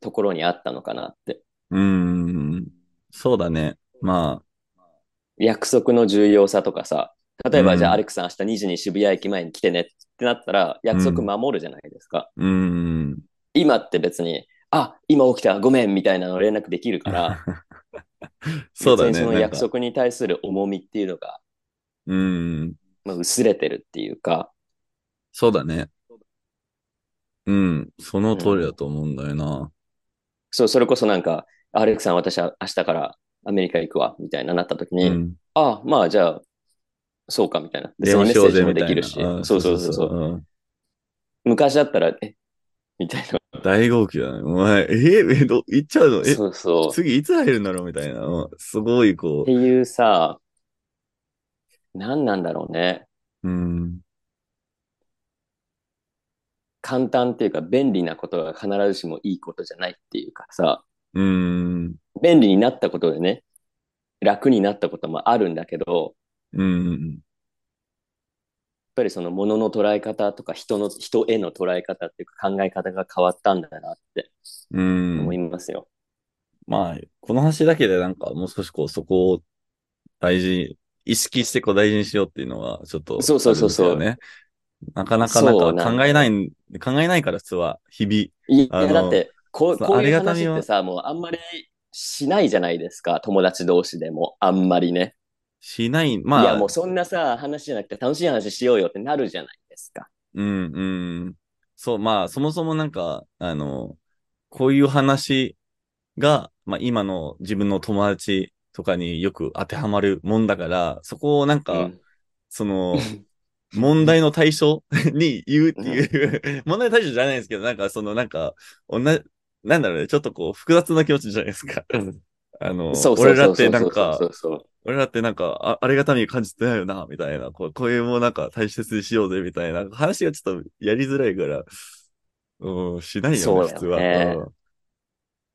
Speaker 2: ところにあったのかなって。
Speaker 1: うん。そうだね。ま
Speaker 2: 約束の重要さとかさ、例え
Speaker 1: う
Speaker 2: ば
Speaker 1: ん
Speaker 2: じゃあアレクさん明日2時に渋谷駅前に来てねってなったら、約束守るじゃないですか。
Speaker 1: あ、うん。
Speaker 2: 今って別に、あ、今起きた、ごめんみたいなの連絡できるから、
Speaker 1: そうだ
Speaker 2: 別
Speaker 1: ね。
Speaker 2: にその
Speaker 1: なん
Speaker 2: 約
Speaker 1: か
Speaker 2: 束に対する重みっていうのが、
Speaker 1: うん。
Speaker 2: まあ、薄れてるっていうか、
Speaker 1: そうだね。うん。その通りだと思うんだよな。
Speaker 2: そう、それこそなんか、アレックさん、私は明日からアメリカ行くわ、みたいななった時
Speaker 1: う
Speaker 2: に、
Speaker 1: ん。
Speaker 2: ああ、まあじゃあ、そうか、みたいな。で
Speaker 1: 電話しようぜ
Speaker 2: そのメ
Speaker 1: み
Speaker 2: ッセージもで
Speaker 1: たい
Speaker 2: き
Speaker 1: な。
Speaker 2: るし、
Speaker 1: ん
Speaker 2: そうそうそうそう。
Speaker 1: うん
Speaker 2: 昔だったら、え、みたい
Speaker 1: 大号泣だね。お前、ええど、行っちゃうの
Speaker 2: な。
Speaker 1: え、
Speaker 2: そうそう。っ
Speaker 1: 次いつ入るんだろうみたいな。うんすごい、こ
Speaker 2: ていうさ、何なんだろうね。
Speaker 1: う。うん。
Speaker 2: 簡単っていうか、便利なことが必ずしもいいことじゃないっていうかさ、
Speaker 1: うん。
Speaker 2: 便利になったことでね、楽になったこともあるんだけど、
Speaker 1: うん。
Speaker 2: やっぱりその物の捉え方とか人の、人への捉え方っていうか考え方が変わったんだなって
Speaker 1: う
Speaker 2: 思い
Speaker 1: ん。
Speaker 2: ますよ。
Speaker 1: まあ、この話だけでなんか、もう少しこう、そこを大事、意識してこう大事にしようっていうのが、ちょっと、
Speaker 2: そうそうそうそう
Speaker 1: あるんですよね。なかなかなん
Speaker 2: そう
Speaker 1: か
Speaker 2: なんだ
Speaker 1: 考えない、考えないから、実は、日々。
Speaker 2: い
Speaker 1: あ
Speaker 2: や、
Speaker 1: の
Speaker 2: だってこう、
Speaker 1: そう
Speaker 2: こういう
Speaker 1: ありがたみ
Speaker 2: 話
Speaker 1: は
Speaker 2: ってさ、もうあんまりしないじゃないですか、友達同士でも、あんまりね。
Speaker 1: しない、まあ、
Speaker 2: いや、もうそんなさ、話じゃなくて楽しい話しようよってなるじゃないですか。
Speaker 1: うんうん。そう、まあ、そもそもなんか、あの、こういう話が、まあ、今の自分の友達とかによく当てはまるもんだから、そこをなんか、
Speaker 2: うん
Speaker 1: そ の、問題の対象 に言うっていう、問題の対象じゃないですけど、なんか、その、なんか、おな、なんだろうね、ちょっとこう、複雑な気持ちじゃないですか。あの、
Speaker 2: そうそう
Speaker 1: 俺ら
Speaker 2: そう
Speaker 1: っ
Speaker 2: そ
Speaker 1: て
Speaker 2: う
Speaker 1: な
Speaker 2: そ
Speaker 1: ん
Speaker 2: うそう
Speaker 1: か
Speaker 2: そ、うそう。
Speaker 1: 俺らってなんか、あありがたみ感じてないよな、みたいな。こう、こういうもなんか大切にしようぜ、みたいな。話がちょっとやりづらいから、うん、しないよ
Speaker 2: そ
Speaker 1: ね、
Speaker 2: うだよね
Speaker 1: 普通は、うん。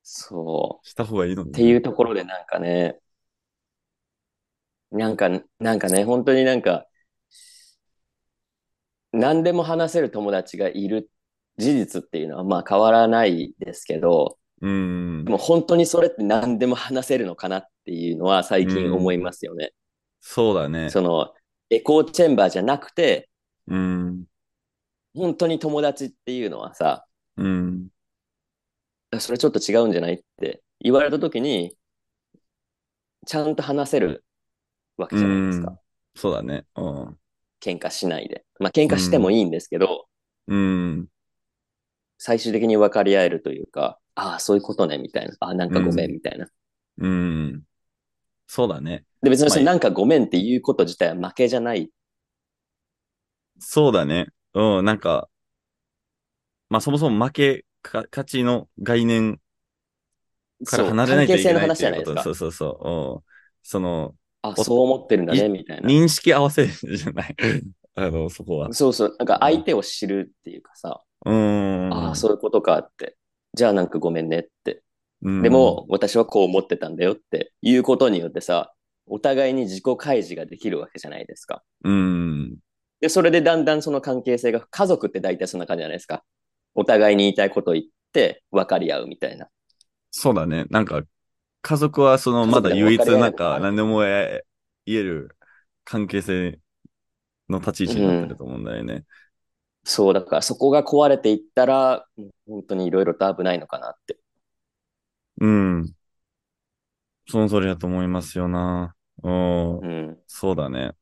Speaker 2: そう。
Speaker 1: した方がいいのに。
Speaker 2: っていうところでなんかね、なんか、なんかね、本当になんか、何でも話せる友達がいる事実っていうのはまあ変わらないですけど、
Speaker 1: うん
Speaker 2: で。も本当にそれって何でも話せるのかなっていうのは最近思いますよね。
Speaker 1: そうだね。
Speaker 2: そのエコーチェンバーじゃなくて、
Speaker 1: うん。
Speaker 2: 本当に友達っていうのはさ、
Speaker 1: うん。
Speaker 2: それちょっと違うんじゃないって言われた時に、ちゃんと話せるわけじゃないですか。
Speaker 1: そうだね。うん。
Speaker 2: 喧嘩しないで。まあ喧嘩してもいいんですけど、
Speaker 1: うん。
Speaker 2: 最終的に分かり合えるというか、ああ、そういうことね、みたいな。ああ、なんかごめ
Speaker 1: うん
Speaker 2: ん、みたいな。
Speaker 1: うん。そうだね。
Speaker 2: で、別にその
Speaker 1: ま
Speaker 2: なんかごめんっていうこと自体は負けじゃない。
Speaker 1: そうだね。うん、なんか、まあそもそも負け、か勝ちの概念から
Speaker 2: そう
Speaker 1: 離れないといけない
Speaker 2: 関係
Speaker 1: って
Speaker 2: 性の話じゃないいうで
Speaker 1: こ
Speaker 2: す
Speaker 1: と
Speaker 2: か
Speaker 1: そうそうそう。うん。その、
Speaker 2: あ、
Speaker 1: お
Speaker 2: そう思ってるんだね、
Speaker 1: い
Speaker 2: みたいな。
Speaker 1: 認識合わせるじゃ ない。あの、そこは。
Speaker 2: そうそう、なんか相手を知るっていうかさ、
Speaker 1: うーん。
Speaker 2: ああ、そういうことかって。じゃあなんかごめんねって。
Speaker 1: うん
Speaker 2: でも、、私はこう思ってたんだよっていうことによってさ、お互いに自己開示ができるわけじゃないですか。
Speaker 1: うん。
Speaker 2: で、それでだんだんその関係性が、家族って大体そんな感じじゃないですか。お互いに言いたいことを言って分かり合うみたいな。
Speaker 1: そうだね。なんか、家族はその、
Speaker 2: 家
Speaker 1: ま
Speaker 2: 族
Speaker 1: だ
Speaker 2: でも
Speaker 1: 唯一
Speaker 2: 分かり合える
Speaker 1: なん
Speaker 2: の
Speaker 1: か、
Speaker 2: か
Speaker 1: 何でもえ言える関係性の立ち位置になってると思うんだよね。
Speaker 2: そう、だからそこが壊れていったら、もう本当にいろいろと危ないのかなって。
Speaker 1: うん。その通りだと思いますよな。うん。
Speaker 2: うん。
Speaker 1: そうだね。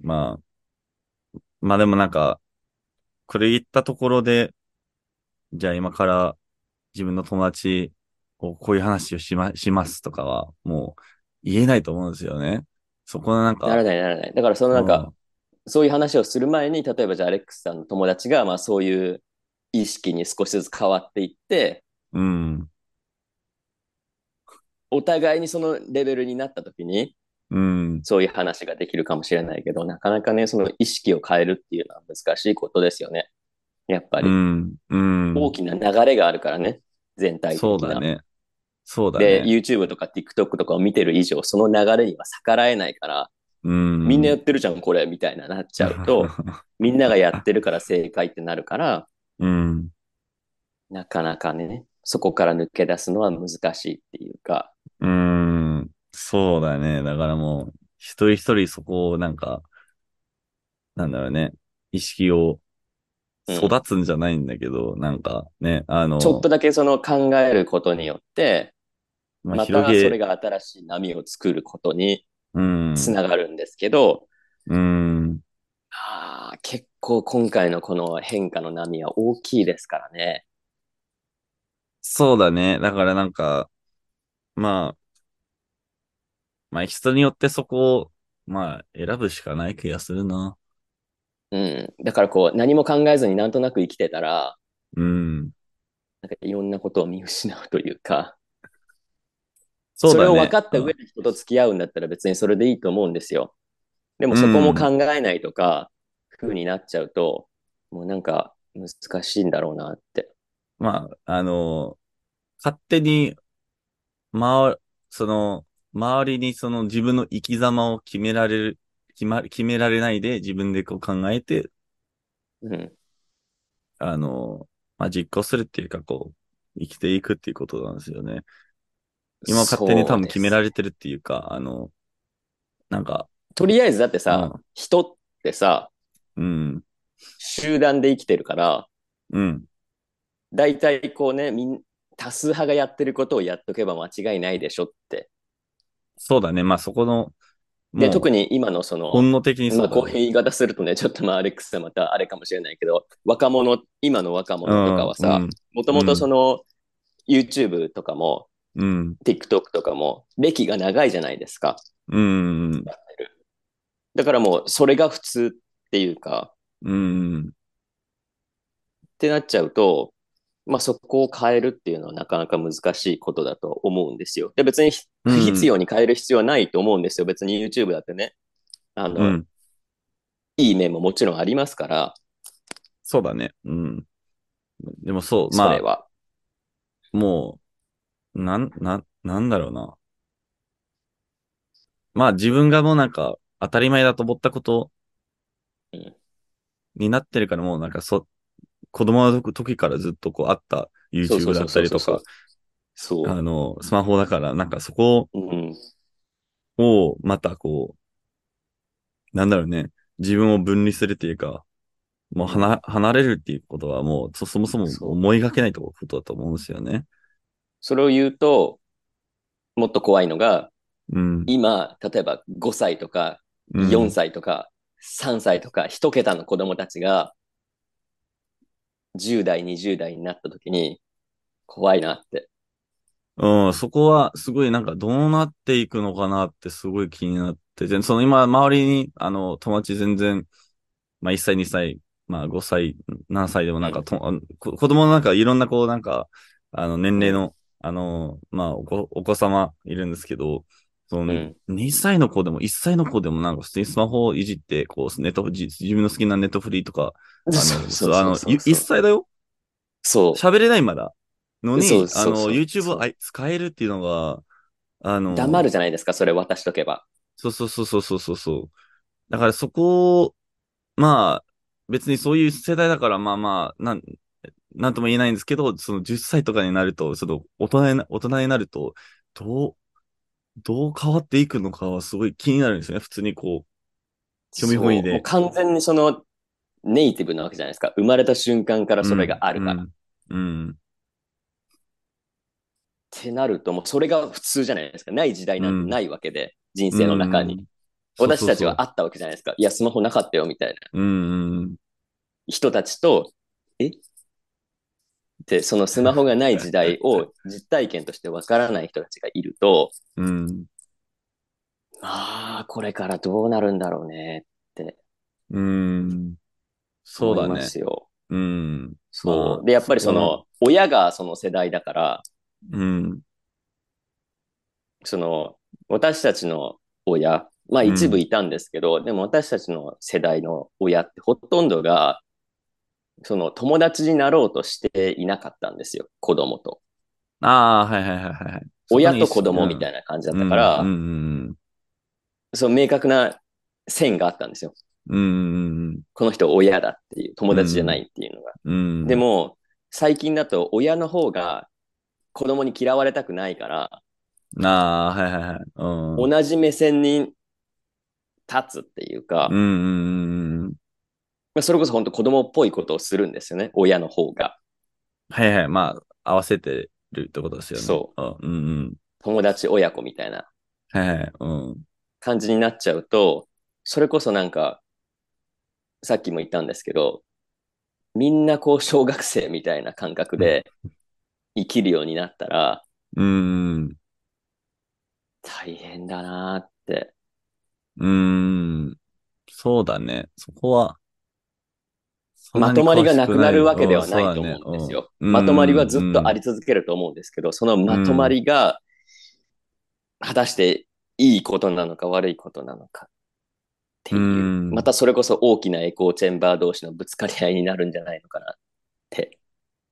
Speaker 1: まあ、まあでもなんか、これ言ったところで、じゃあ今から自分の友達をこういう話をしま、しますとかは、もう言えないと思うんですよね。そこのなんか、
Speaker 2: ならない、ならない。だからそのなんか、そういう話をする前に、例えばじゃあアレックスさんの友達が、まあそういう意識に少しずつ変わっていって、
Speaker 1: うん、うん、
Speaker 2: お互いにそのレベルになった時に、
Speaker 1: うん、うん。
Speaker 2: そういう話ができるかもしれないけど、なかなかね、その意識を変えるっていうのは難しいことですよね。やっぱ
Speaker 1: う
Speaker 2: り、
Speaker 1: ん。うん。
Speaker 2: 大きな流れがあるからね、全体的な。
Speaker 1: そうだね。そうだ
Speaker 2: で、
Speaker 1: ね。
Speaker 2: YouTube とか TikTok とかを見てる以上、その流れには逆らえないから、
Speaker 1: うん。
Speaker 2: みんなや
Speaker 1: っ
Speaker 2: ってるじゃん、これ、みたいななっちゃうと、みんながやってるから正解ってなるから、
Speaker 1: うん。
Speaker 2: なかなかね、そこから抜け出すのは難しいっていうか、
Speaker 1: うーん、そうだね。だからもう、一人一人そこをなんか、なんだろうね、意識を
Speaker 2: うん
Speaker 1: 育つんじゃないんだけど、なんかね、あの、
Speaker 2: ちょっとだけその考えることによって、
Speaker 1: まあ
Speaker 2: またそ
Speaker 1: 広げ、
Speaker 2: れが新しい波を作ることに
Speaker 1: うん、
Speaker 2: つながるんですけど、
Speaker 1: うん、
Speaker 2: あー結構今回のこの変化の波は大きいですからね。
Speaker 1: そうだね。だからなんか、まあ、まあ人によってそこを、まあ選ぶしかない気がするな。
Speaker 2: うん。だからこう何も考えずになんとなく生きてたら、
Speaker 1: うん。
Speaker 2: なんかいろんなことを見失うというか、
Speaker 1: そうだね。
Speaker 2: れを分かった上で人と付き合うんだったら別にそれでいいと思うんですよ。でもそこも考えないとか、風になっちゃうと、もうなんか難しいんだろうなって。
Speaker 1: まあ、あの、勝手に、まその、周りにその自分の生き様を決められる、決ま、決められないで自分でこう考えて、
Speaker 2: うん。
Speaker 1: あの、まあ、実行するっていうか、こう、生きていくっていうことなんですよね。今勝手に多分決めら
Speaker 2: れ
Speaker 1: れてるっていうか、あの、なんか、
Speaker 2: とりあえずだってさ、
Speaker 1: うん
Speaker 2: 人ってさ、
Speaker 1: うん、
Speaker 2: 集団で生きてるから、
Speaker 1: うん、
Speaker 2: 大体こうね、みん、多数派がやってることをやっとけば間違いないでしょって。
Speaker 1: そうだね。まあ、そこの、
Speaker 2: で、
Speaker 1: もう
Speaker 2: 特に今のその、
Speaker 1: 本能的にそ
Speaker 2: ま
Speaker 1: う
Speaker 2: あ、
Speaker 1: だ
Speaker 2: こういう
Speaker 1: ね。
Speaker 2: 言い方するとね、ちょっとまあ、アレックスはまたあれかもしれないけど、若者、今の若者とかはさ、もともとその、YouTube とか
Speaker 1: う
Speaker 2: も、
Speaker 1: ん、うん、
Speaker 2: TikTok とかも、歴が長いじゃないですか。
Speaker 1: うん、うん、
Speaker 2: だからもう、それが普通っていうか、
Speaker 1: うん、
Speaker 2: ってなっちゃうと、まあ、そこを変えるっていうのはなかなか難しいことだと思うんですよ。で、別に
Speaker 1: う
Speaker 2: 不
Speaker 1: ん
Speaker 2: 必要に変える必要はないと思うんですよ。別に YouTube だってね、あの、
Speaker 1: うん、
Speaker 2: いい面ももちろんありますから、
Speaker 1: そうだね。うん。でもそう、
Speaker 2: そ
Speaker 1: ま
Speaker 2: れ
Speaker 1: あ、
Speaker 2: は。
Speaker 1: もう、なん、なん、なんだろうな。まあ自分がもうなんか当たり前だと思ったこと
Speaker 2: うん
Speaker 1: になってるからもうなんかそ、子供の時からずっとこうあった YouTube だったりとか、。
Speaker 2: そう
Speaker 1: あの、スマホだからなんかそこ
Speaker 2: うん。
Speaker 1: をまたこう、なんだろうね、自分を分離するっていうか、もう離、離れるっていうことはもうそ、そもそも思いがけないとことだと思うんですよね。
Speaker 2: それを言うと、もっと怖いのが、
Speaker 1: うん。
Speaker 2: 今、例えば5歳とか、
Speaker 1: うん
Speaker 2: 4歳とか、3歳とか、1桁の子供たちが、10代、20代になった時に、怖いなって。
Speaker 1: うん、そこはすごいなんかどうなっていくのかなってすごい気になってて、その今周りにあの友達全然、まあ1歳2歳、まあ5歳、何歳でもなんかと、あのこ子供のなんかいろんなこうなんか、あの年齢の、あの、まあお子お子様いるんですけど、その
Speaker 2: うん
Speaker 1: 2歳の子でも1歳の子でもなんか普通にスマホをいじって、こうネットフ、じ自分の好きなネットフリーとか、あの、そうあの、ゆ1歳だよ
Speaker 2: そう。
Speaker 1: 喋れないまだ。のに、あ
Speaker 2: そ
Speaker 1: の
Speaker 2: うそうそう、
Speaker 1: YouTube
Speaker 2: そう
Speaker 1: をあい使えるっていうのが、あの、
Speaker 2: 黙るじゃないですか、それ渡しとけば。
Speaker 1: そうそうそうそうそうそうそう。だからそこを、まあ、別にそういう世代だから、まあまあ、なん、なんとも言えないんですけど、その10歳とかになると、その大人にな、大人になると、どう、どう変わっていくのかはすごい気になるんですよね。普通にこ興味本位で
Speaker 2: そうもう完全にその、ネイティブなわけじゃないですか。生まれた瞬間か
Speaker 1: う。
Speaker 2: らそれがあるから。
Speaker 1: う
Speaker 2: っ
Speaker 1: ん。うん。
Speaker 2: てなると、もうそれが普通じゃないですか。ない時代なんてないわけで、人
Speaker 1: うん
Speaker 2: 生の中に。。私たち
Speaker 1: あ
Speaker 2: はあったわけじゃないですか。いや、スマホなかったよ、みたいな
Speaker 1: うんうん。
Speaker 2: 人たちと、えって、そのスマホがない時代を実体験としてわからない人たちがいると、
Speaker 1: うん。
Speaker 2: ああ、これからどうなるんだろうね。
Speaker 1: うん。そうだ
Speaker 2: 思い
Speaker 1: ね
Speaker 2: ま。すよ。
Speaker 1: うん。
Speaker 2: そ
Speaker 1: まあ
Speaker 2: う。で、やっぱりそ
Speaker 1: そ
Speaker 2: の、親がその世代だから、
Speaker 1: うん。
Speaker 2: その、私たちの親まあ
Speaker 1: うん
Speaker 2: 一部いたんですけど、でも私たちの世代の親ってほとんどが、その友達になろうとしていなかったんですよ、子供と。
Speaker 1: ああ、はいはいはいはいはい。
Speaker 2: 親と子供み
Speaker 1: い
Speaker 2: たいな感じだったから、
Speaker 1: うんうん
Speaker 2: その明確な線があったんですよ。
Speaker 1: うん。うん
Speaker 2: この人親だっていう、友達じゃないっていうのが。
Speaker 1: うんうん。
Speaker 2: で、も、最近だと親の方が子供に嫌われたくないから、
Speaker 1: ああ、はいはいはい。うん。
Speaker 2: 同じ目線に立つっていうか、
Speaker 1: うんうんうんうん。
Speaker 2: まあ、それこそ本当子供っぽいことをするんですよね、親の方が。
Speaker 1: はいはい。まあ、合わせてるってことですよね。。
Speaker 2: そう
Speaker 1: うんうん。
Speaker 2: 友達親子みたいな
Speaker 1: はいはい。うん。
Speaker 2: 感じになっちゃうと、それこそなんか、さっきも言ったんですけど、みんなこう小学生みたいな感覚で生きるようになったら
Speaker 1: うん。
Speaker 2: 大変だなーって。
Speaker 1: うん。そうだね。そこは。
Speaker 2: まとまりがなくなるわけではないと思うんですよ。まとまりはずっとあ
Speaker 1: り。
Speaker 2: り続けると思うんですけど、そのまとまりが果たしていいことなのか悪いことなのかっていう、
Speaker 1: うん
Speaker 2: またそれこそ大きなエコーチェンバー同士のぶつかり合いになるんじゃないのかなって。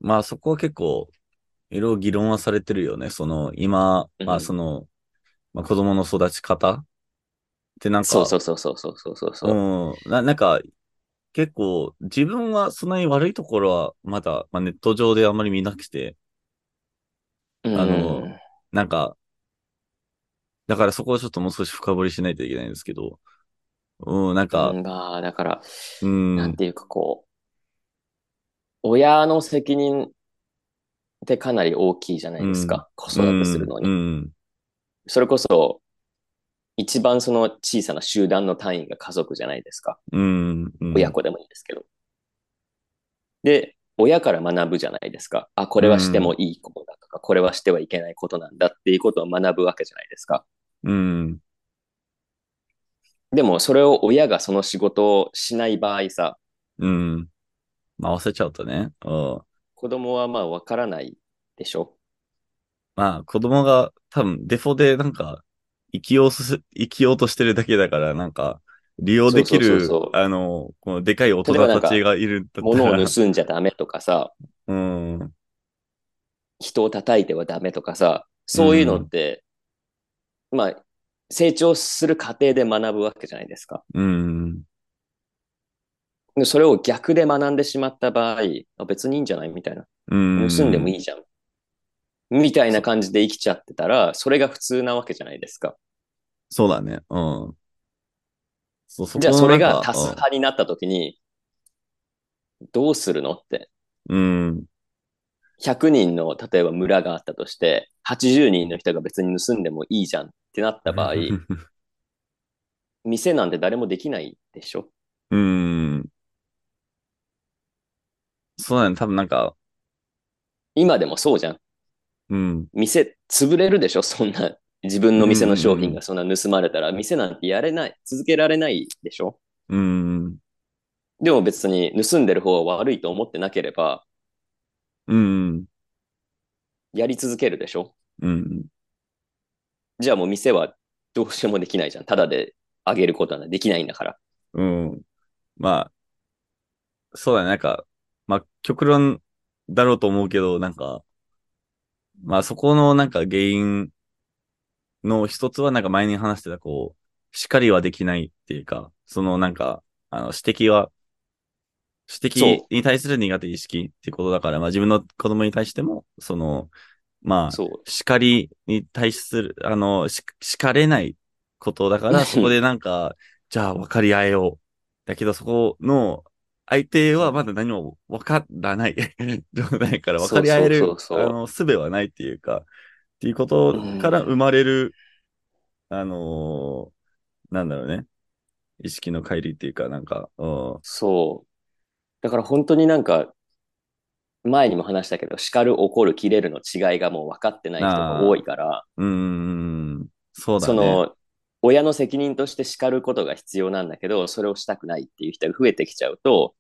Speaker 1: まあそこは結構、いろいろ議論はされてるよね。その、今、
Speaker 2: うん
Speaker 1: まあその、まあ子供の育ち方ってなんか、
Speaker 2: そうそうそうそうそうそうそう。
Speaker 1: うん。な、なんか、結構、自分はそんなに悪いところは、まだ、まあ、ネット上であんまり見なくて、
Speaker 2: うん
Speaker 1: あのなんか、だからそこをちょっともう少し深掘りしないといけないんですけど、うん、なんか
Speaker 2: う、んまあだから、
Speaker 1: うん、
Speaker 2: なんていうかこう、親の責任ってかなり大きいじゃないです
Speaker 1: うん
Speaker 2: か、子育てするのに。
Speaker 1: うん、うん
Speaker 2: それこそ、一番その小さな集団の単位が家族じゃないですか。
Speaker 1: うん、うん
Speaker 2: 親子でもいいですけど。で、親から学ぶじゃないですか。あ、これはしてもいいことだとか、これはしてはいけないことなんだっていうことを学ぶわけじゃないですか。
Speaker 1: うん、
Speaker 2: でも、それを親がその仕事をしない場合さ、
Speaker 1: うん。まあ、合わせちゃうとね、うん。
Speaker 2: 子供はまあわからないで しょ。
Speaker 1: まあ、子供が多分デフォでなんか、生きようす、生きようとしてるだけだから、なんか、利用でき
Speaker 2: そう
Speaker 1: る
Speaker 2: そうそうそう、
Speaker 1: あの、このでかい大
Speaker 2: 例えばな
Speaker 1: 人
Speaker 2: んか
Speaker 1: たちがいるんだった
Speaker 2: 物
Speaker 1: ら
Speaker 2: を、盗んじゃダメとかさ、
Speaker 1: うん、
Speaker 2: 人を叩いてはダメとかさ、そういうのって、まあ、成長する過程で学ぶわけじゃないですか。
Speaker 1: うん、
Speaker 2: でそれを逆で学んでしまった場合、あ別にいいんじゃないみたいな。
Speaker 1: うん。
Speaker 2: 盗んでも
Speaker 1: い。
Speaker 2: いいじゃん。みたいな感じで生きちゃってたら、それが普通なわけじゃないですか。
Speaker 1: そうだね、うん。そう、そこ
Speaker 2: じゃあ
Speaker 1: の
Speaker 2: それ
Speaker 1: な
Speaker 2: が
Speaker 1: んか
Speaker 2: 多数派になった時に、どうするのって。
Speaker 1: うん、
Speaker 2: 100人の、例えば村があったとして、80人の人が別に盗んでもいいじゃんってなった場合、店なんて誰もできないでしょ
Speaker 1: うん。そうだね、多分なんか、
Speaker 2: 今でもそうじゃん。
Speaker 1: うん、
Speaker 2: 店潰れるでしょそんな、自分の店の商品がそんな盗まれたら、店なんてやれない、続けられないでしょ
Speaker 1: うん、
Speaker 2: でも別に盗んでる方は悪いと思ってなければ、
Speaker 1: うん、
Speaker 2: やり続けるでしょ
Speaker 1: うん。
Speaker 2: じゃあもう店はどうしようもできないじゃん。ただであげることはできないんだから。
Speaker 1: うん。まあ、そうだね。なんか、まあ、極論だろうと思うけど、なんか、まあ、そこのなんか原因の一つは、なんか前に話してた、こう、叱りはできないっていうか、そのなんか、あの、指摘は、指摘
Speaker 2: そ
Speaker 1: に対する苦手意識っていうことだから、まあ自分の子供に対しても、その、まあ、
Speaker 2: そう。
Speaker 1: 叱りに対する、あの、し叱れないことだから、そこでなんか、じゃあ分かり合えよう。だけど、そこの、相手はまだ何も分からない 状態から分かり合える、
Speaker 2: そうそうそうそう
Speaker 1: あの、術はないっていうか、っていうことから生まれる、あのーなんだろうね。意識の乖離っていうか、なんか、うん。
Speaker 2: そう。だから本当になんか、前にも話したけど、叱る、怒る、切れるの違いがもう分かってない人が多いから、
Speaker 1: うーん、そうだね。
Speaker 2: その、親の責任として叱ることが必要なんだけど、それをしたくないっていう人が増えてきちゃうと、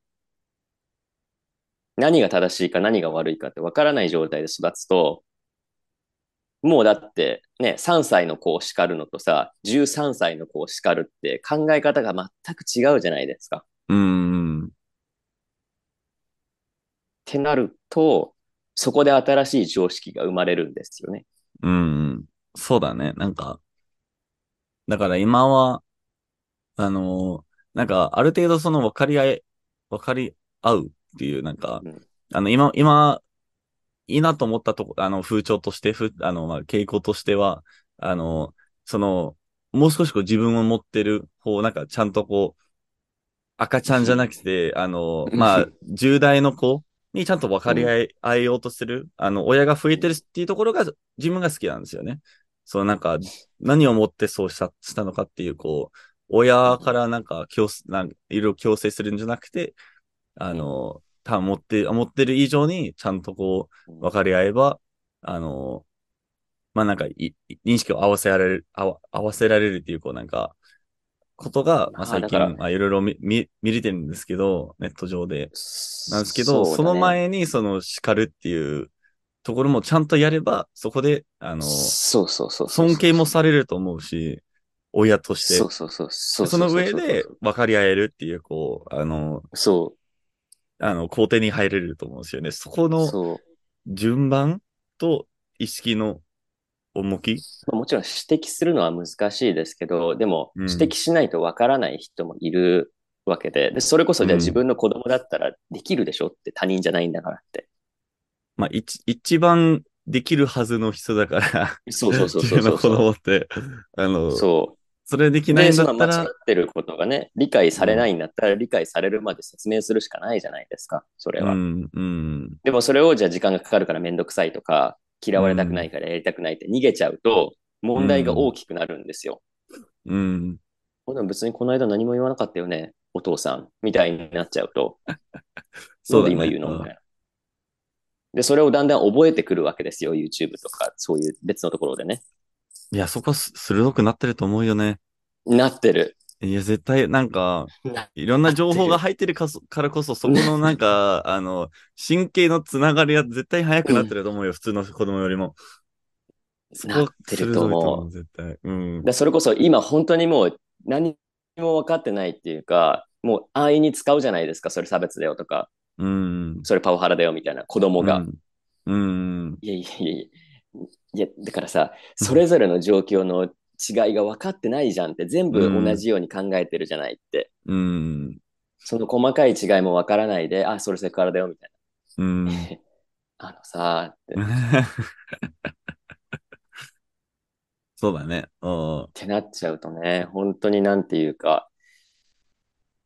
Speaker 2: 何が正しいか何が悪いかって分からない状態で育つと、もうだってね、3歳の子を叱るのとさ、13歳の子を叱るって考え方が全く違うじゃないですか。っ
Speaker 1: うん。
Speaker 2: てなると、そこで新しい常識が生まれるんですよね。
Speaker 1: うん。そうだね。なんか、だから今は、あのーなんか、ある程度その分かり合い、分かり合うっていう、なんか、
Speaker 2: うん
Speaker 1: あの、今、今、いいなと思ったとこ、あの、風潮として、ふあの、まあ、傾向としては、あのその、もう少しこう自分を持ってる方、なんかちゃんとこう、赤ちゃんじゃなくて、あのまあ、10代の子にちゃんと分かり合い、合いようとしてる、あの、親が増えてるっていうところが自分が好きなんですよね。そのなんか、何をもってそうした、したのかっていう、こう、親からなんか、強制、なんいろいろ強制するんじゃなくて、あの、た持って、持ってる以上に、ちゃんとこう、分かり合えば、あの、まあ、なんかい、い認識を合わせられる、合わ合わせられるっていう、こう、なんか、ことが、まあ、
Speaker 2: あー
Speaker 1: 最
Speaker 2: だ
Speaker 1: 近
Speaker 2: から、
Speaker 1: まあ、いろいろ見、見、見れてるんですけど、ネット上で。なんですけど、
Speaker 2: うだね
Speaker 1: その前に、その、叱るっていうところもちゃんとやれば、そこで、あの、
Speaker 2: そうそうそうそう。
Speaker 1: 尊敬もされると思うし、親として。
Speaker 2: そうそうそう。そう
Speaker 1: そうの
Speaker 2: うう
Speaker 1: 上で、分かり合えるっていう、こう、あの、
Speaker 2: そ
Speaker 1: あの、工程に入れると思うんですよね。そこ
Speaker 2: う、
Speaker 1: の
Speaker 2: そう。
Speaker 1: 順番と意識の重き。
Speaker 2: まあもちろん指摘するのは難しいですけど、でも
Speaker 1: うん
Speaker 2: 指摘しないとわからない人もいるわけで、で、それこそじゃ
Speaker 1: う
Speaker 2: あ
Speaker 1: ん
Speaker 2: 自分の子供だったらできるでしょって他人じゃないんだからって。
Speaker 1: まあ、一、一番できるはずの人だから、
Speaker 2: そうそうそう
Speaker 1: 自
Speaker 2: そう
Speaker 1: 分
Speaker 2: そ
Speaker 1: の子供
Speaker 2: うそ
Speaker 1: って、あの、
Speaker 2: う。
Speaker 1: そ
Speaker 2: そ
Speaker 1: れでき
Speaker 2: う。
Speaker 1: ない
Speaker 2: で、
Speaker 1: ん
Speaker 2: そ
Speaker 1: だ
Speaker 2: の
Speaker 1: った
Speaker 2: 間違っ
Speaker 1: ら、
Speaker 2: てることがね、理解されないんだったら理解されるまで説明するしかないじゃないですか、それ
Speaker 1: う
Speaker 2: は。
Speaker 1: ん、うん、
Speaker 2: でもそれをじゃあ時間がかかるからめんどくさいとか、嫌われたくないからやりたくないって逃げちゃうと、問題が大きくなるんですよ。
Speaker 1: うん。
Speaker 2: ほな別にこの間何も言わなかったよね、お父さん、みたいになっちゃうと、
Speaker 1: そうだね
Speaker 2: なんで今言うのみ
Speaker 1: うん
Speaker 2: たいな。で、それをだんだん覚えてくるわけですよ、YouTube とか、そういう別のところでね。
Speaker 1: いや、そこはす鋭くなってると思うよね。
Speaker 2: なってる。
Speaker 1: いや、絶対、なん か、
Speaker 2: ない
Speaker 1: ろんな情報
Speaker 2: な
Speaker 1: が
Speaker 2: っ
Speaker 1: 入ってるかそからこそ、そこのなん か、あの、神経のつながりは絶対早くなってると思うよ、普通の子供よりも。そこ
Speaker 2: なっ
Speaker 1: は
Speaker 2: て
Speaker 1: 鋭
Speaker 2: る
Speaker 1: いと
Speaker 2: と
Speaker 1: 思
Speaker 2: 思
Speaker 1: う、絶対。うん
Speaker 2: う。。でそれこそ今本当にもう何も分かってないっていうか、もう安易に使うじゃないですか、それ差別だよとか、
Speaker 1: うん。
Speaker 2: それパワハラだよみたいな子供が。
Speaker 1: うん。
Speaker 2: いやいやいやいや、いや、だからさ、それぞれの状況の違いが分かってないじゃんって、全部同じように考えてるじゃないって。
Speaker 1: うん。
Speaker 2: その細かい違いも分からないで、あ、それセクハラだよみたい
Speaker 1: うん。
Speaker 2: な。あのさ、って
Speaker 1: うんそうだね。うん。
Speaker 2: ってなっちゃうとね、本当になんていうか、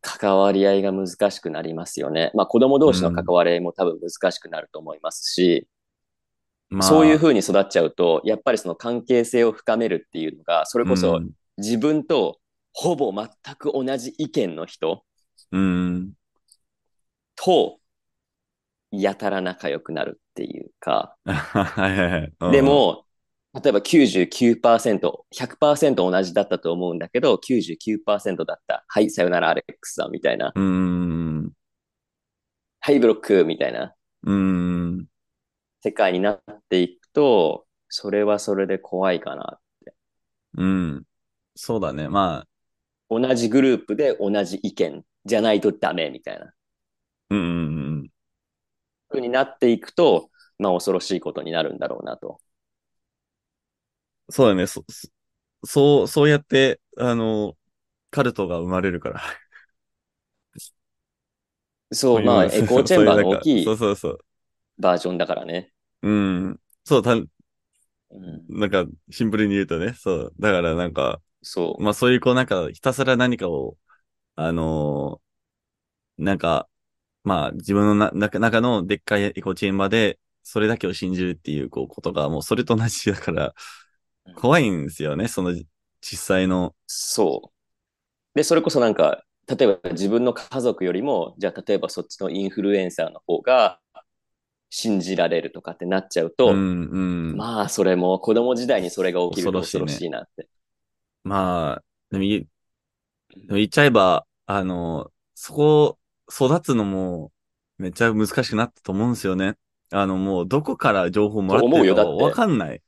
Speaker 2: 関わり合いが難しくなりますよね。まあ子供同士の関わり合いも多分難しくなると思いますし、
Speaker 1: まあ、
Speaker 2: そういう風に育っちゃうと、やっぱりその関係性を深めるっていうのが、それこそ
Speaker 1: うん
Speaker 2: 自分とほぼ全く同じ意見の人
Speaker 1: うん。
Speaker 2: と、やたら仲良くなるっていうか、
Speaker 1: はいはいはいうん。
Speaker 2: でも、例えば99%、100%同じだったと思うんだけど、99%だった。はい、さよなら、アレックスさん、みたいな。
Speaker 1: うん、
Speaker 2: はい、ブロック、みたいな
Speaker 1: うん。
Speaker 2: 世界になっていくと、それはそれで怖いかな。
Speaker 1: うん。そうだね。まあ、
Speaker 2: 同じグループで同じ意見じゃないとダメ、みたいな。
Speaker 1: うんうんうん。
Speaker 2: 風になっていくと、まあ、恐ろしいことになるんだろうなと。
Speaker 1: そうだね。そ、そそう、そうやって、あの、カルトが生まれるから。
Speaker 2: そう、まあ、エコーチェンバーの大きい
Speaker 1: そうそうそう。
Speaker 2: バージョンだからね。
Speaker 1: うん。そう、た、
Speaker 2: うん、
Speaker 1: なんか、シンプルに言うとね、そう。だからなんか、
Speaker 2: そう。
Speaker 1: まあそういう、こうなんか、ひたすら何かを、あのーなんか、まあ自分のなな中のでっかいエコチェンバーで、それだけを信じるっていう、こう、ことが、もうそれと同じだから、怖いんですよね、その、実際の。
Speaker 2: そう。で、それこそなんか、例えば自分の家族よりも、じゃあ例えばそっちのインフルエンサーの方が信じられるとかってなっちゃう
Speaker 1: う
Speaker 2: と、
Speaker 1: ん、うん。
Speaker 2: まあそれも子供時代にそれが起きる
Speaker 1: 恐
Speaker 2: と恐
Speaker 1: ろ
Speaker 2: ろ
Speaker 1: しいね
Speaker 2: しいなって。
Speaker 1: まあ、でも言いでも言っちゃえば、あの、そこ、育つのも、めっちゃ難しくなったと思うんですよね。あの、もう、どこから情報もらって
Speaker 2: と思う
Speaker 1: る
Speaker 2: よ
Speaker 1: か
Speaker 2: だって
Speaker 1: わかんない。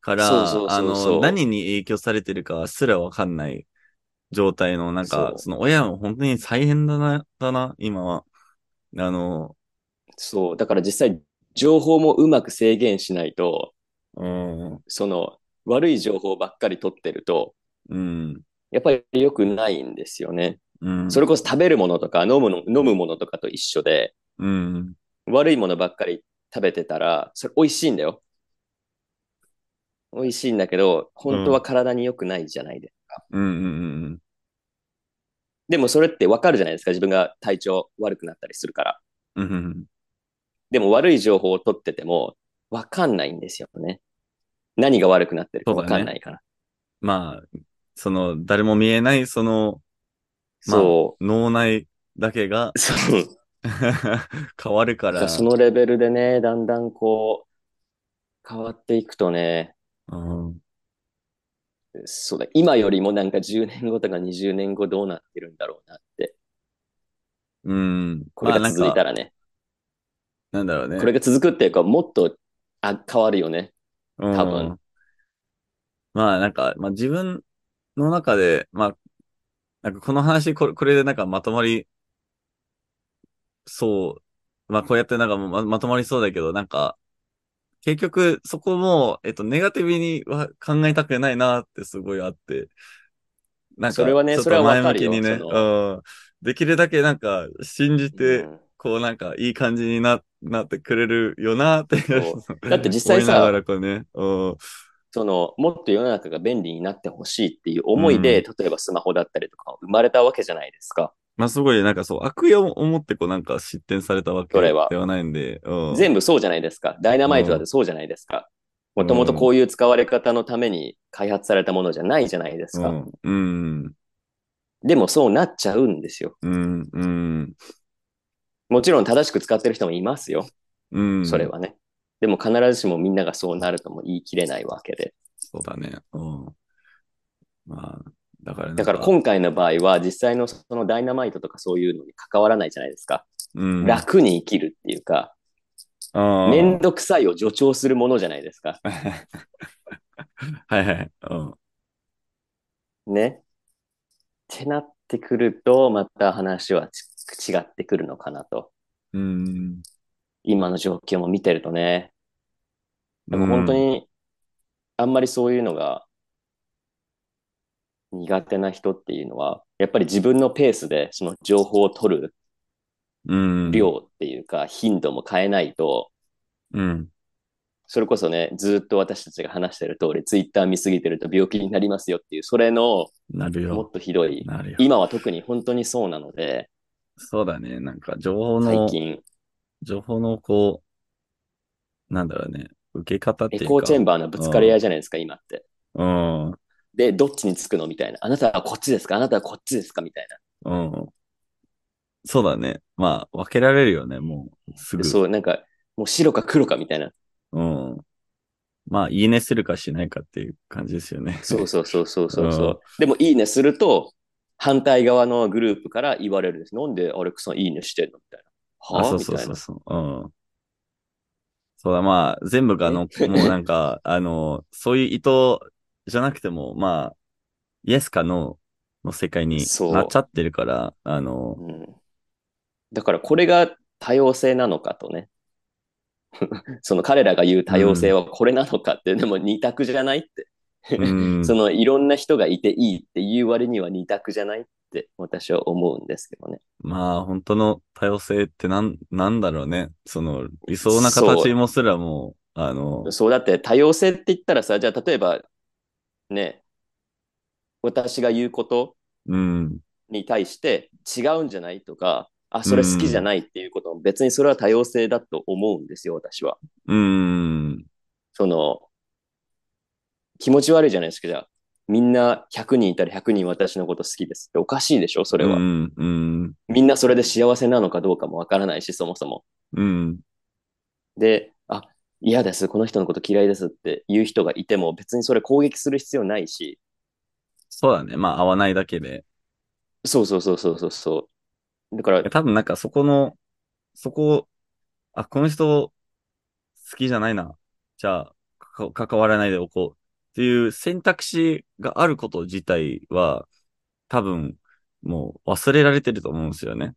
Speaker 1: から、
Speaker 2: そうそうそうそう
Speaker 1: あの、何に影響されてるかすらわかんない状態の、なんか
Speaker 2: そ、う
Speaker 1: その親は本当に大変だな、だな、今は。あの、
Speaker 2: そう。だから実際、情報もうまく制限しないと、
Speaker 1: うん、
Speaker 2: その、悪い情報ばっかり取ってると、
Speaker 1: うん、
Speaker 2: やっぱり良くないんですよね。
Speaker 1: うん。
Speaker 2: それこそ食べるものとか飲むの、飲むものとかと一緒で、
Speaker 1: うん。
Speaker 2: 悪いものばっかり食べてたら、それ美味しいんだよ。美味しいんだけど、本当は体に良くないじゃないですか。
Speaker 1: うん、うん、
Speaker 2: でもそれってわかるじゃないですか。自分が体調悪くなったりするから。
Speaker 1: うん、うんうん。
Speaker 2: でも悪い情報を取ってても、わかんないんですよね。何が悪くなってるかわかんないから。
Speaker 1: まあ、その、誰も見えない、その、まあ
Speaker 2: そ
Speaker 1: 脳内だけ が
Speaker 2: う。そう。
Speaker 1: 変わるか
Speaker 2: だから
Speaker 1: ら。
Speaker 2: そのレベルでね、だんだんこう、変わっていくとね、
Speaker 1: うん
Speaker 2: そうだ、今よりもなんか10年後とか20年後どうなってるんだろうなって。
Speaker 1: うん。
Speaker 2: これ
Speaker 1: ま
Speaker 2: が
Speaker 1: あ
Speaker 2: 続い
Speaker 1: な
Speaker 2: た
Speaker 1: んから
Speaker 2: ね。
Speaker 1: なんだろうね。
Speaker 2: これが続くっていうか、もっとあ変わるよね。
Speaker 1: うん
Speaker 2: 多分。
Speaker 1: まあなんか、まあ自分の中で、まあ、なんかこの話、これ、これでなんかまとまり、そう、まあこうやってなんかままとまりそうだけど、なんか、結局そこも、えっと、ネガティブには考えたくないなってすごいあって。なんか、
Speaker 2: それはね
Speaker 1: ちょっと
Speaker 2: それはわかるよ
Speaker 1: 前向きにね、う
Speaker 2: そ
Speaker 1: ん。できるだけなんか、信じて、
Speaker 2: うん
Speaker 1: こうなんか、いい感じにな、なってくれるよなって。
Speaker 2: うだって実際さ
Speaker 1: 思いながらこうね、うん。
Speaker 2: その、もっと世の中が便利になってほしいっていう思いで、例えばスマホだったりとか生まれたわけじゃないですか。
Speaker 1: まあすごい、なんかそう、悪意を持ってこうなんか失点されたわけ
Speaker 2: それは
Speaker 1: ではないんで、うん。
Speaker 2: 全部そうじゃないですか。ダイナマイトだってそうじゃないですか。
Speaker 1: うん
Speaker 2: もともとこういう使われ方のために開発されたものじゃないじゃないですか。
Speaker 1: うん、
Speaker 2: でもそうなっちゃうんですよ。
Speaker 1: うん、うん、
Speaker 2: もちろん正しく使ってる人もいますよ。
Speaker 1: うん。
Speaker 2: それ。はね。でも必ずしもみんながそうなるとも言い切れないわけで。
Speaker 1: そうだね。うん。まあ、だからなん
Speaker 2: だから今回の場合は実際のそのダイナマイトとかそういうのに関わらないじゃないですか。
Speaker 1: うん、
Speaker 2: 楽に生きるっていうか、
Speaker 1: うん
Speaker 2: めんどくさいを助長するものじゃないですか。
Speaker 1: はいはい。うん。
Speaker 2: ね。ってなってくると、また話はち違ってくるのかなと。
Speaker 1: うん。
Speaker 2: 今の状況も見てるとね。でも本当
Speaker 1: うん、
Speaker 2: に、あんまりそういうのが苦手な人っていうのは、やっぱり自分のペースでその情報を取る
Speaker 1: うん。
Speaker 2: 量っていうか頻度も変えないと、
Speaker 1: うん。
Speaker 2: それこそね、ずっと私たちが話してる通り、ツイッター見すぎてると病気になりますよっていう、それの
Speaker 1: なる
Speaker 2: もっ
Speaker 1: よ。
Speaker 2: とひどい、
Speaker 1: なるよ。
Speaker 2: 今は特に本当にそうなので、
Speaker 1: そうだね。なんか情報
Speaker 2: 最
Speaker 1: の、
Speaker 2: 近、
Speaker 1: 情報のこう、なんだろうね。受け方っていう
Speaker 2: エ
Speaker 1: か。
Speaker 2: コーチェンバーのぶつかり合いじゃないですか、今って。
Speaker 1: うん。
Speaker 2: で、どっちにつくのみたいな。あなたはこっちですかあなたはこっちですかみたい
Speaker 1: うん。そうだね。まあ、分けられるよね、もう、す
Speaker 2: な。
Speaker 1: ぐ。
Speaker 2: そう、なんか、もう白か黒かみたいな。
Speaker 1: うん。まあ、いいねするかしないかっていう感じですよね。
Speaker 2: そうそうそうそうそうそうう。でも、いいねすると、反対側のグループから言われるんです。なんでアレックさんいいねしてんのみたいな。
Speaker 1: あ、
Speaker 2: はあ
Speaker 1: そう
Speaker 2: み
Speaker 1: そ
Speaker 2: た
Speaker 1: う
Speaker 2: い
Speaker 1: そう
Speaker 2: な。
Speaker 1: そう。うん。そうだ、まあ、全部がの、 もうなんか、あの、そういう意図じゃなくても、まあ、イエスかノーの世界に
Speaker 2: そう
Speaker 1: なっちゃってるから、あ の、
Speaker 2: うん、だから、これが多様性なのかとね。 その彼らが言う多様性はこれなのかって、でも二択じゃないって。
Speaker 1: うん。
Speaker 2: そのいろんな人がいていいっていう割には二択じゃないって私は思うんですけどね。
Speaker 1: まあ、本当の多様性ってなん、なんだろうね。その、理想な形もすらもう、あの、
Speaker 2: そうだって多様性って言ったらさ、じゃあ例えばね、私が言うこと
Speaker 1: うん。
Speaker 2: に対して違うんじゃないとか、あ、それ好きじゃないっていうことも別にそれは多様性だと思うんですよ、私は。
Speaker 1: うん。
Speaker 2: その、気持ち悪いじゃないですか、じゃあ。みんな100人いたら100人私のこと好きですっておかしいでしょ、それは。
Speaker 1: うん、うん、
Speaker 2: みんなそれで幸せなのかどうかもわからないし、そもそも。
Speaker 1: うん、
Speaker 2: で、あ、嫌です、この人のこと嫌いですって言う人がいても、別にそれ攻撃する必要ないし、
Speaker 1: そうだね。まあ、合わないだけで。
Speaker 2: そうそうそうそうそうそう。だから、
Speaker 1: 多分なんかそこの、そこを、あ、この人、好きじゃないな。じゃあ、か関わらないでおこうっていう選択肢があること自体は、多分、もう忘れられてると思うんですよね。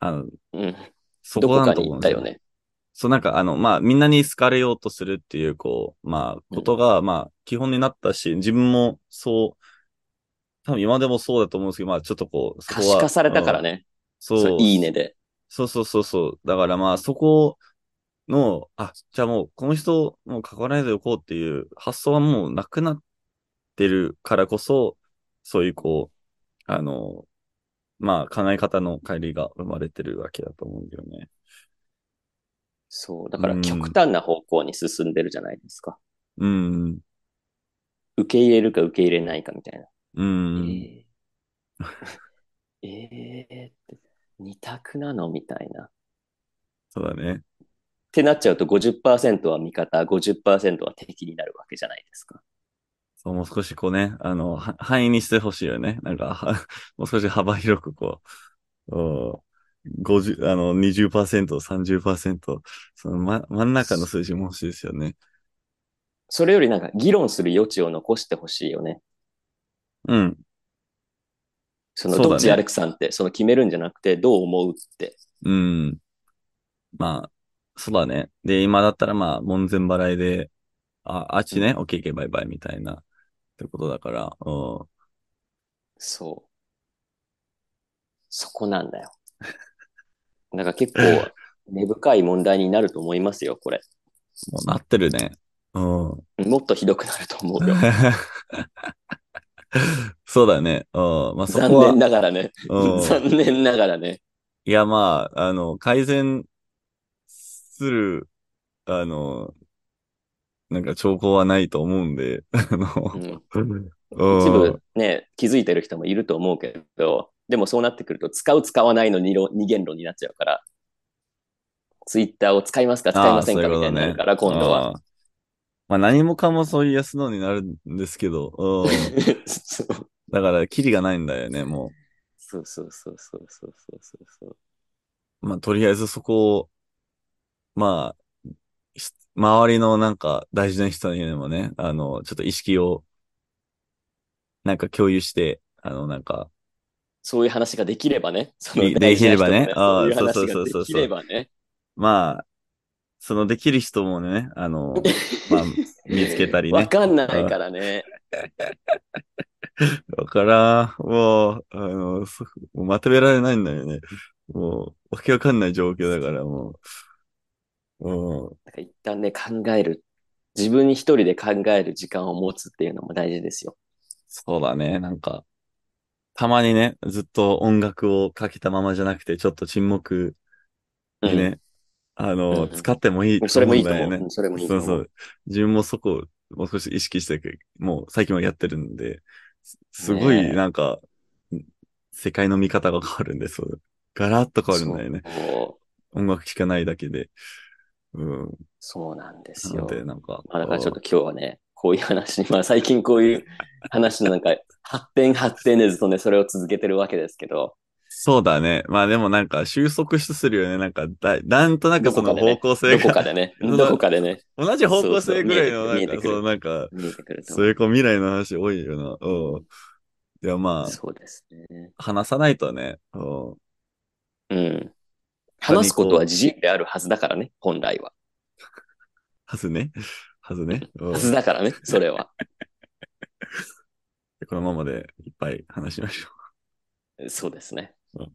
Speaker 1: あの、
Speaker 2: うん。
Speaker 1: そ
Speaker 2: ど
Speaker 1: こ
Speaker 2: こ
Speaker 1: だ
Speaker 2: か
Speaker 1: と
Speaker 2: に
Speaker 1: 思
Speaker 2: 行
Speaker 1: うん
Speaker 2: っ
Speaker 1: で
Speaker 2: た
Speaker 1: すよ
Speaker 2: よ。ね。
Speaker 1: そう、なんかあの、まあ、みんなに好かれようとするっていう、こう、まあ、ことが、まあ、基本になったし、自分もそう、多分今でもそうだと思うんですけど、まあ、ちょっとこう、そこ
Speaker 2: 可
Speaker 1: は。
Speaker 2: 視化されたから
Speaker 1: うん。
Speaker 2: ね。そ
Speaker 1: そう
Speaker 2: う、いいねで。
Speaker 1: そうそうそうそう。だからまあ、そこの、あ、じゃあもう、この人、もう関わらないでおこうっていう発想はもうなくなってるからこそ、そういうこう、あの、まあ、考え方の乖離が生まれてるわけだと思うんだよね。
Speaker 2: そう、だから
Speaker 1: うん
Speaker 2: 極端な方向に進んでるじゃないですか。
Speaker 1: うん、
Speaker 2: 受け入れるか受け入れないかみたいな。
Speaker 1: うん、
Speaker 2: えーえーって、二択なのみたいな。っ
Speaker 1: そうだね。
Speaker 2: てなっちゃうと50%は味方、50%は敵になるわけじゃないですか。
Speaker 1: そう、もう少しこうね、あの、は範囲にしてほしいよね。なんか、 はもう少し幅広くこう、お50、あの、20%、30%、その、ま、真ん中の数字も欲しいですよね。
Speaker 2: それよりなんか議論する余地を残してほしいよね。
Speaker 1: うん。
Speaker 2: その
Speaker 1: そうだね
Speaker 2: どっちアレクさんって、その決めるんじゃなくてどう思うって。
Speaker 1: うん。まあ、そうだね。で、今だったらまあ、門前払いで、あ、あっちね、オッケー行けバイバイみたいな、ってことだから、うん。
Speaker 2: そう。そこなんだよ。 なんか結構根深い問題になると思いますよ、これ。
Speaker 1: もうなってるね。うん。
Speaker 2: もっとひどくなると思うよ。
Speaker 1: そうだね。うん。 まあ、そ
Speaker 2: 残
Speaker 1: こは
Speaker 2: 念、ながらね。
Speaker 1: うん。
Speaker 2: 残念ながらね。
Speaker 1: いや、まあ、あの、改善する、あの、なんか兆候はないと思うんで、あ
Speaker 2: う
Speaker 1: の、
Speaker 2: ん、
Speaker 1: うん
Speaker 2: 一部ね、気づいてる人もいると思うけど、でもそうなってくると、使う、使わないの二論二元論になっちゃうから、ツイッターを使いますか、使いません
Speaker 1: ああ
Speaker 2: か
Speaker 1: そういうこ
Speaker 2: みたい
Speaker 1: とね
Speaker 2: になるから、今度は。
Speaker 1: ああまあ、何もかもそういう安のになるんですけど、 うん
Speaker 2: そう
Speaker 1: だから、キリがないんだよね、も
Speaker 2: そうそうそうそうそうそうそうそう。
Speaker 1: う。まあ、とりあえずそこを、まあ、し周りのなんか大事な人にでもね、あの、ちょっと意識を、なんか共有して、あの、なんか、
Speaker 2: そういう話ができればね。そ
Speaker 1: で
Speaker 2: 大事な人と
Speaker 1: できればねああ
Speaker 2: そういう
Speaker 1: そう
Speaker 2: 話
Speaker 1: そうそうそう
Speaker 2: ができればね。
Speaker 1: まあ、そのできる人もね、あ の、まあ、見つけたりね
Speaker 2: わかんないからね。
Speaker 1: だから、もう、あの、そもうまとめられないんだよね。もう、わけわかんない状況だから、もう。うん。
Speaker 2: なんか一旦ね、考える。自分一人で考える時間を持つっていうのも大事ですよ。
Speaker 1: そうだね。なんか、たまにね、ずっと音楽をかけたままじゃなくて、ちょっと沈黙でね、あの、
Speaker 2: うんうん
Speaker 1: 使ってもいい
Speaker 2: うん、
Speaker 1: と
Speaker 2: それ
Speaker 1: 思
Speaker 2: も
Speaker 1: う
Speaker 2: い
Speaker 1: ん
Speaker 2: いと
Speaker 1: だ
Speaker 2: 思
Speaker 1: よ
Speaker 2: う。
Speaker 1: ね。
Speaker 2: うんそれもいいと
Speaker 1: そうそ
Speaker 2: 思う。
Speaker 1: う。自分もそこをもう少し意識してく、もう最近はやってるんで、すすごい
Speaker 2: ねえ
Speaker 1: なんか、世界の見方が変わるんです。そうガラッと変わるんだよね。
Speaker 2: そう
Speaker 1: 音楽聴かないだけで。うん。
Speaker 2: そうなんです
Speaker 1: な
Speaker 2: よ
Speaker 1: の。で、なんか。
Speaker 2: まあ、だからちょっと今日はね、こういう話、まあ最近こういう話のなんか、発展発展でずっとね、それを続けてるわけですけど、
Speaker 1: そうだね。まあでもなんか収束しするよね。なんかだ、なんとなく
Speaker 2: ど
Speaker 1: そ
Speaker 2: こか
Speaker 1: の
Speaker 2: でね、
Speaker 1: 方向性
Speaker 2: どこか
Speaker 1: が、
Speaker 2: でね、
Speaker 1: そう
Speaker 2: どこかでね、
Speaker 1: 同じ方向性ぐらいの、
Speaker 2: そうそ
Speaker 1: な
Speaker 2: う見
Speaker 1: ん
Speaker 2: えて
Speaker 1: か、
Speaker 2: くる
Speaker 1: そう、なんか、
Speaker 2: 見えてくると
Speaker 1: そう
Speaker 2: 思
Speaker 1: いうこう未来の話多いよな。うん。いや、
Speaker 2: う。
Speaker 1: ま
Speaker 2: そうですね。
Speaker 1: あ、話さないとね。うん。
Speaker 2: うん。話すことは自由であるはずだからね、本来は。
Speaker 1: はずね。はずね。うん
Speaker 2: はずだからね、それは。
Speaker 1: このままでいっぱい話しましょう。
Speaker 2: そうですね
Speaker 1: うん。